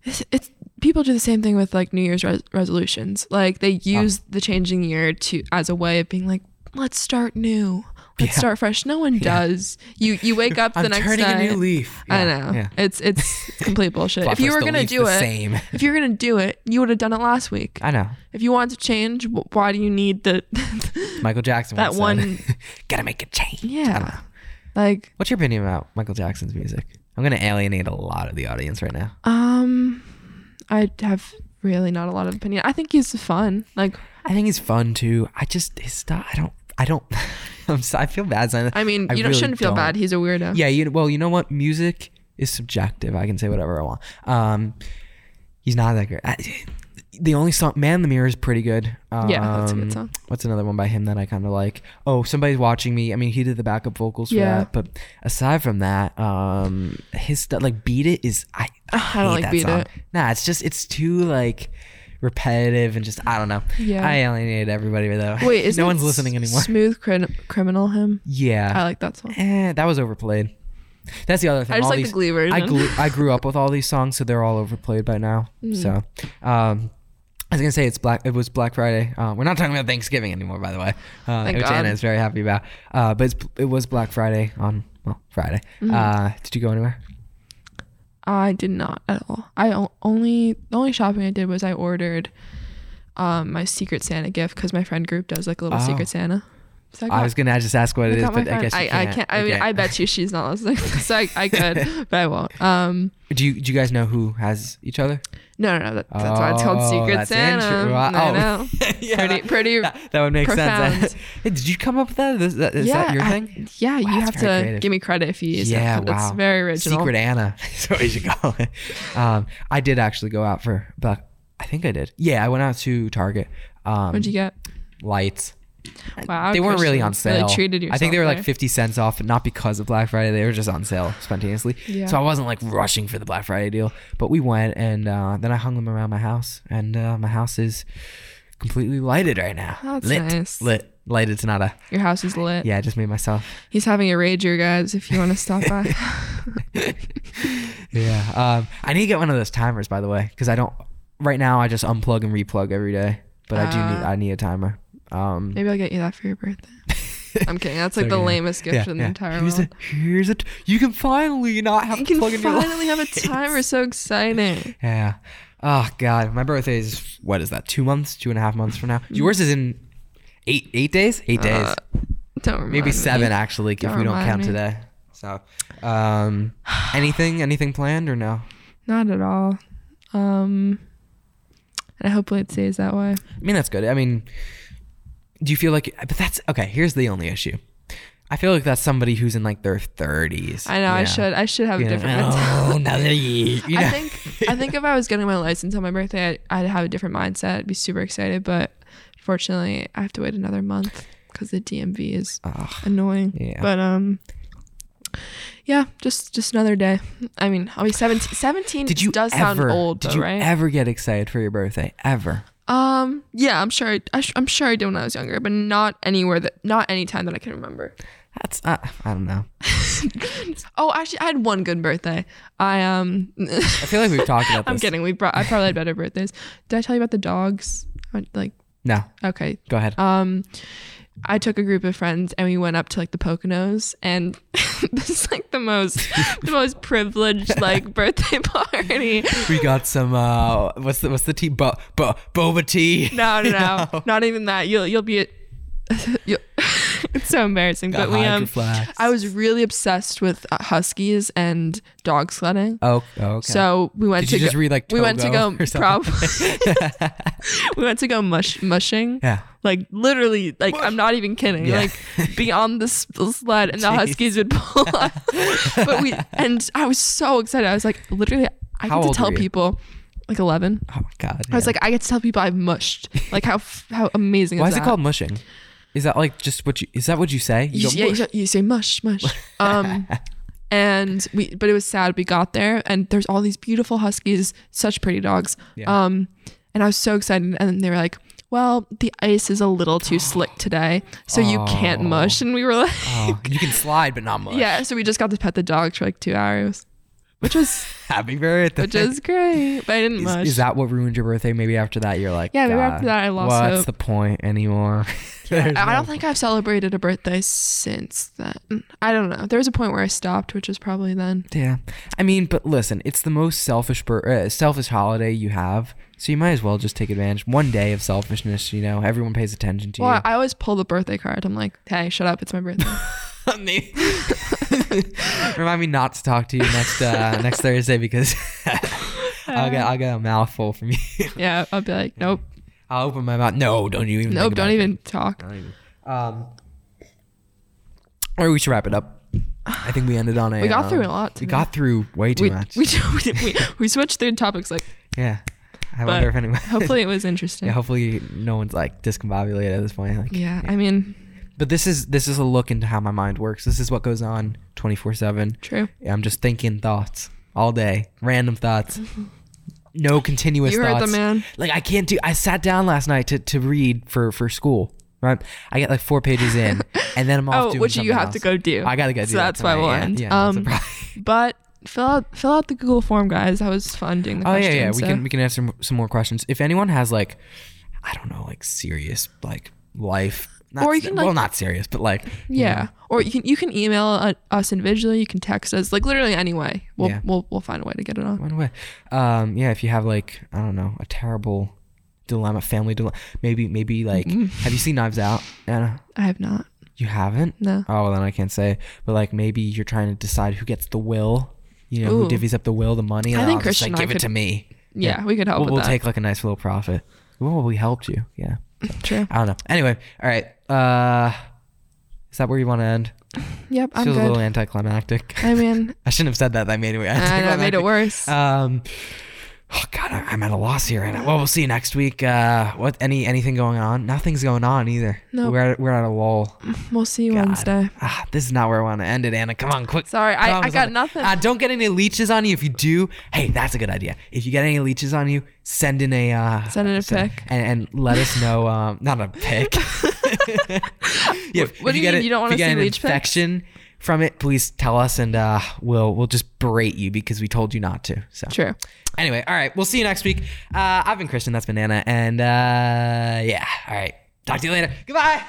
S2: it's, it's people do the same thing with like New Year's res-
S1: Oh.
S2: resolutions. Like they use the changing year to as a way of being like, let's start new. Let's start fresh. No one does. You you wake up the
S1: I'm
S2: next
S1: turning
S2: night.
S1: a new leaf.
S2: I
S1: Yeah,
S2: know.
S1: yeah.
S2: It's it's complete bullshit. if
S1: Blockbuster
S2: you were gonna
S1: leaf's
S2: do
S1: the
S2: it,
S1: same.
S2: if you were gonna do it, you would have done it last week.
S1: I know.
S2: If you want to change, wh- why do you need the?
S1: Michael Jackson.
S2: That
S1: once
S2: one-
S1: said, Gotta make a change. I don't know.
S2: yeah, like
S1: What's your opinion about Michael Jackson's music? I'm gonna alienate a lot of the audience right now.
S2: um, I have really not a lot of opinion. I think he's fun. Like
S1: I think he's fun too. I just his stuff. I don't. I don't. I'm. So, I feel bad saying that.
S2: I mean, you don't-
S1: really
S2: shouldn't feel
S1: don't.
S2: bad. He's a weirdo.
S1: Yeah. You. Well, you know what? Music is subjective. I can say whatever I want. Um, he's not that great. I, the only song, "Man in the Mirror," is pretty good. Um,
S2: Yeah, that's a good song.
S1: What's another one by him that I kind of like? Oh, somebody's watching me. I mean, he did the backup vocals for
S2: Yeah.
S1: that. But aside from that, um, his stuff like "Beat It" is I. I,
S2: I
S1: hate
S2: don't like
S1: that
S2: Beat
S1: song.
S2: It.
S1: Nah, it's just it's too like repetitive and just I don't know.
S2: Yeah.
S1: I alienated everybody though.
S2: Wait, is
S1: no one's listening anymore.
S2: Smooth crin- criminal him. I
S1: yeah,
S2: like that song.
S1: eh, that was overplayed. That's the other thing.
S2: I just
S1: all
S2: like
S1: these,
S2: the Glee version.
S1: I grew, I grew up with all these songs, so they're all overplayed by now.
S2: Mm.
S1: So, um, I was gonna say it's black. It was Black Friday. Uh, we're not talking about Thanksgiving anymore, by the way, uh,
S2: Thank
S1: which
S2: God.
S1: Anna is very happy about. Uh, but it's, it was Black Friday on well Friday.
S2: Mm-hmm.
S1: Uh, did you go anywhere?
S2: I did not at all. I o- only the only shopping I did was I ordered um my Secret Santa gift because my friend group does like a little
S1: Oh.
S2: Secret Santa. So
S1: I was gonna just ask what it is,
S2: got my
S1: but I
S2: friend-
S1: guess you
S2: I, I can't. I mean,
S1: Okay.
S2: I bet you she's not listening. so I, I could, but I won't. Um,
S1: Do you do you guys know who has each other?
S2: no, no, no. That, that's why it's called
S1: Oh,
S2: Secret
S1: that's
S2: Santa.
S1: intru- wow.
S2: I know.
S1: yeah,
S2: Pretty,
S1: that-
S2: pretty.
S1: that, that would make sense.
S2: profound.
S1: Hey, Did you come up with that? Is that, is
S2: yeah,
S1: that your
S2: I-
S1: thing?
S2: yeah.
S1: Wow,
S2: you
S1: that's
S2: have to
S1: very creative.
S2: give me credit if you use
S1: Yeah,
S2: it. That's
S1: wow.
S2: very original.
S1: Secret Anna. That's what you should call it. Um, I did actually go out for, but I think I did. Yeah, I went out to Target. Um,
S2: What'd you get?
S1: Lights.
S2: Wow,
S1: they weren't really on
S2: Christian, really
S1: sale.
S2: treated
S1: I think
S2: yourself
S1: they were like
S2: there.
S1: 50 cents off, but not because of Black Friday. They were just on sale spontaneously.
S2: Yeah.
S1: So I wasn't like rushing for the Black Friday deal. But we went and uh, then I hung them around my house, and uh, my house is completely lighted right now.
S2: That's
S1: lit,
S2: nice.
S1: lit, lighted's not a.
S2: Your house is lit.
S1: Yeah, I just made myself.
S2: He's having a rager, guys. If you want to stop by.
S1: Yeah. Um, I need to get one of those timers, by the way, because I don't. Right now, I just unplug and replug every day, but I do need.
S2: Ah.
S1: I need a timer. Um,
S2: Maybe I'll get you that for your birthday. I'm kidding. That's like
S1: so,
S2: the
S1: yeah.
S2: lamest gift in the entire
S1: here's
S2: world.
S1: A, here's it. You can finally not have
S2: you
S1: to
S2: can
S1: plug in your
S2: finally have a
S1: lights.
S2: timer. So exciting.
S1: Yeah. Oh God, my birthday is what is that? Two months, two and a half months from now. Yours is in eight, eight days, eight days,
S2: Mm-hmm. Uh, Don't remind
S1: maybe
S2: me.
S1: seven actually, if
S2: don't
S1: we don't
S2: remind
S1: count
S2: me.
S1: today. So, um, anything, anything planned or no?
S2: Not at all. Um, and hopefully it stays that way.
S1: I mean, that's good. I mean, do you feel like, but that's okay. Here's the only issue. I feel like that's somebody who's in like their 30s.
S2: I know. I
S1: you
S2: should. I should have
S1: You
S2: a
S1: know,
S2: different.
S1: oh,
S2: mentality.
S1: another year. you
S2: I
S1: know?
S2: think. I think if I was getting my license on my birthday, I'd, I'd have a different mindset. I'd be super excited, but fortunately, I have to wait another month because the DMV is
S1: Ugh.
S2: annoying.
S1: Yeah.
S2: But um yeah, just just another day. I mean, I'll be 17 17
S1: did you
S2: does
S1: ever,
S2: sound old
S1: Did
S2: though,
S1: you
S2: right?
S1: ever get excited for your birthday? Ever?
S2: um yeah, I'm sure I, I sh- I'm sure I did when I was younger, but not anywhere that not any time that I can remember.
S1: That's uh, I don't know.
S2: Oh, actually I had one good birthday. I um
S1: I feel like we've talked about this.
S2: I'm kidding. We brought I probably had better birthdays. Did I tell you about the dogs? I- Like
S1: No,
S2: okay,
S1: go ahead.
S2: um I took a group of friends and we went up to like the Poconos and this is like the most the most privileged like birthday party.
S1: we got some. Uh, what's the what's the tea? Bo- bo- boba tea.
S2: No, no,
S1: You
S2: no,
S1: know?
S2: not even that. You'll you'll be. You'll, it's so embarrassing,
S1: Got
S2: but we
S1: Hydro
S2: um.
S1: Flask.
S2: I was really obsessed with uh, huskies and dog sledding.
S1: Oh, okay.
S2: So we went
S1: Did
S2: to
S1: you just
S2: go,
S1: read, like,
S2: we went to
S1: Togo
S2: go
S1: or something?
S2: prob- we went to go mush mushing
S1: yeah.
S2: like literally like I'm not even kidding
S1: Yeah.
S2: like beyond the s- the sled and the huskies would pull up but we and I was so excited I was like literally I
S1: How
S2: get to
S1: old
S2: tell
S1: were you?
S2: people like 11
S1: Oh my god.
S2: I was
S1: yeah.
S2: like, I get to tell people I've mushed. Like how f- how amazing.
S1: why
S2: is,
S1: is it
S2: that?
S1: called mushing? Is that like just what you? Is that what you say?
S2: You,
S1: go,
S2: yeah, you,
S1: "Mush."
S2: say- you say mush mush. Um, and we but it was sad. We got there and there's all these beautiful huskies, such pretty dogs.
S1: Yeah.
S2: Um, and I was so excited. And they were like, Well, the ice is a little too slick today, so you can't
S1: Oh.
S2: mush. And we were like,
S1: Oh, you can slide, but not mush.
S2: Yeah. So we just got to pet the dogs for like two hours. which was
S1: Happy birthday.
S2: which is great, but I didn't
S1: Is,
S2: much.
S1: is that what ruined your birthday? Maybe after that, you're like,
S2: Yeah, maybe
S1: "God,
S2: after that I lost
S1: What's
S2: hope."
S1: the point anymore? There's
S2: I I
S1: no-
S2: don't think I've celebrated a birthday since then. I don't know. There was a point where I stopped, which was probably then.
S1: Yeah, I mean, but listen, it's the most selfish, bir- uh, selfish holiday you have, so you might as well just take advantage. One day of selfishness, you know, everyone pays attention to
S2: Well, I always pull the birthday card. I'm like, hey, shut up, it's my birthday.
S1: you. Remind me not to talk to you next uh, next Thursday because I'll get I'll get a mouthful from you.
S2: yeah, I'll be like, nope,
S1: I'll open my mouth. No, don't you even.
S2: nope,
S1: think about
S2: don't
S1: it.
S2: even talk.
S1: Um, or we should wrap it up. I think we ended on a.
S2: We got
S1: um,
S2: through a lot
S1: We
S2: today.
S1: got through way too
S2: We,
S1: much.
S2: we, we, we, we switched through topics. Like,
S1: yeah. I
S2: But
S1: wonder if anyone.
S2: hopefully it was interesting.
S1: Yeah,
S2: Yeah,
S1: hopefully no one's like discombobulated at this point. Like,
S2: I mean,
S1: but this is this is a look into how my mind works. This is what goes on twenty four seven.
S2: true.
S1: I'm just thinking thoughts all day, random thoughts, no continuous.
S2: You heard
S1: thoughts.
S2: the man.
S1: Like I can't do. I sat down last night to, to read for for school. Right, I got like four pages in, and then I'm off.
S2: Oh,
S1: doing
S2: which you
S1: something
S2: have
S1: else.
S2: to go do.
S1: I gotta go.
S2: So
S1: do that
S2: that's why
S1: tonight.
S2: we'll
S1: yeah,
S2: end.
S1: Yeah, that's a
S2: Um,
S1: problem.
S2: But fill out fill out the Google form, guys. That was fun doing the
S1: oh yeah,
S2: questions.
S1: yeah. We
S2: so-
S1: can we can answer m- some more questions. If anyone has like, I don't know, like serious like life. Not,
S2: Or you can,
S1: well,
S2: like-
S1: not serious, but like you
S2: Yeah.
S1: know,
S2: Or you can you can email uh, us individually. You can text us. Like literally any way. We'll
S1: Yeah.
S2: we'll we'll find a way to get it on.
S1: Run away. Um, yeah, if you have like I don't know a terrible dilemma, family dilemma, maybe maybe like have you seen Knives Out, Anna?
S2: I have not.
S1: You haven't?
S2: No.
S1: Oh, well, then I can't say. But like maybe you're trying to decide who gets the will. You know,
S2: Ooh.
S1: who divvies up the will, the money. And
S2: I
S1: I
S2: think
S1: think Christian
S2: Christian
S1: like,
S2: and I
S1: give it to
S2: could
S1: me.
S2: Yeah, we could help
S1: We'll,
S2: with
S1: we'll
S2: that.
S1: take like a nice little profit. Well, we helped you. Yeah.
S2: True.
S1: I don't know. Anyway, all right. Uh, is that where you want to end?
S2: Yep, I'm
S1: Feels a little
S2: good.
S1: anticlimactic.
S2: I mean,
S1: I shouldn't have said that. That made it.
S2: I know, I made it
S1: anticlimactic.
S2: worse.
S1: Um, oh God, I- I'm at a loss here. And well, we'll see you next week. Uh, what any anything going on? Nothing's going on either.
S2: Nope.
S1: we're we're at a lull.
S2: we'll see you
S1: God.
S2: Wednesday.
S1: Ah, this is not where I want to end it, Anna. Come on, quick.
S2: Sorry, I-
S1: Come on,
S2: I
S1: it's
S2: got
S1: on-
S2: nothing.
S1: Uh, don't get any leeches on you. If you do, hey, that's a good idea. If you get any leeches on you, send in a uh,
S2: Send in a pic.
S1: and, and let us know. Um, not a pic. yeah, if
S2: what do you
S1: get
S2: mean
S1: it-
S2: you don't
S1: if
S2: wanna
S1: get
S2: see
S1: an
S2: leech pics?
S1: infection from it? Please tell us, and uh, we'll we'll just berate you because we told you not to. So
S2: True.
S1: Anyway, all right, we'll see you next week. Uh, I've been Christian. That's been Anna, and uh, yeah, all right. Talk to you later. Goodbye.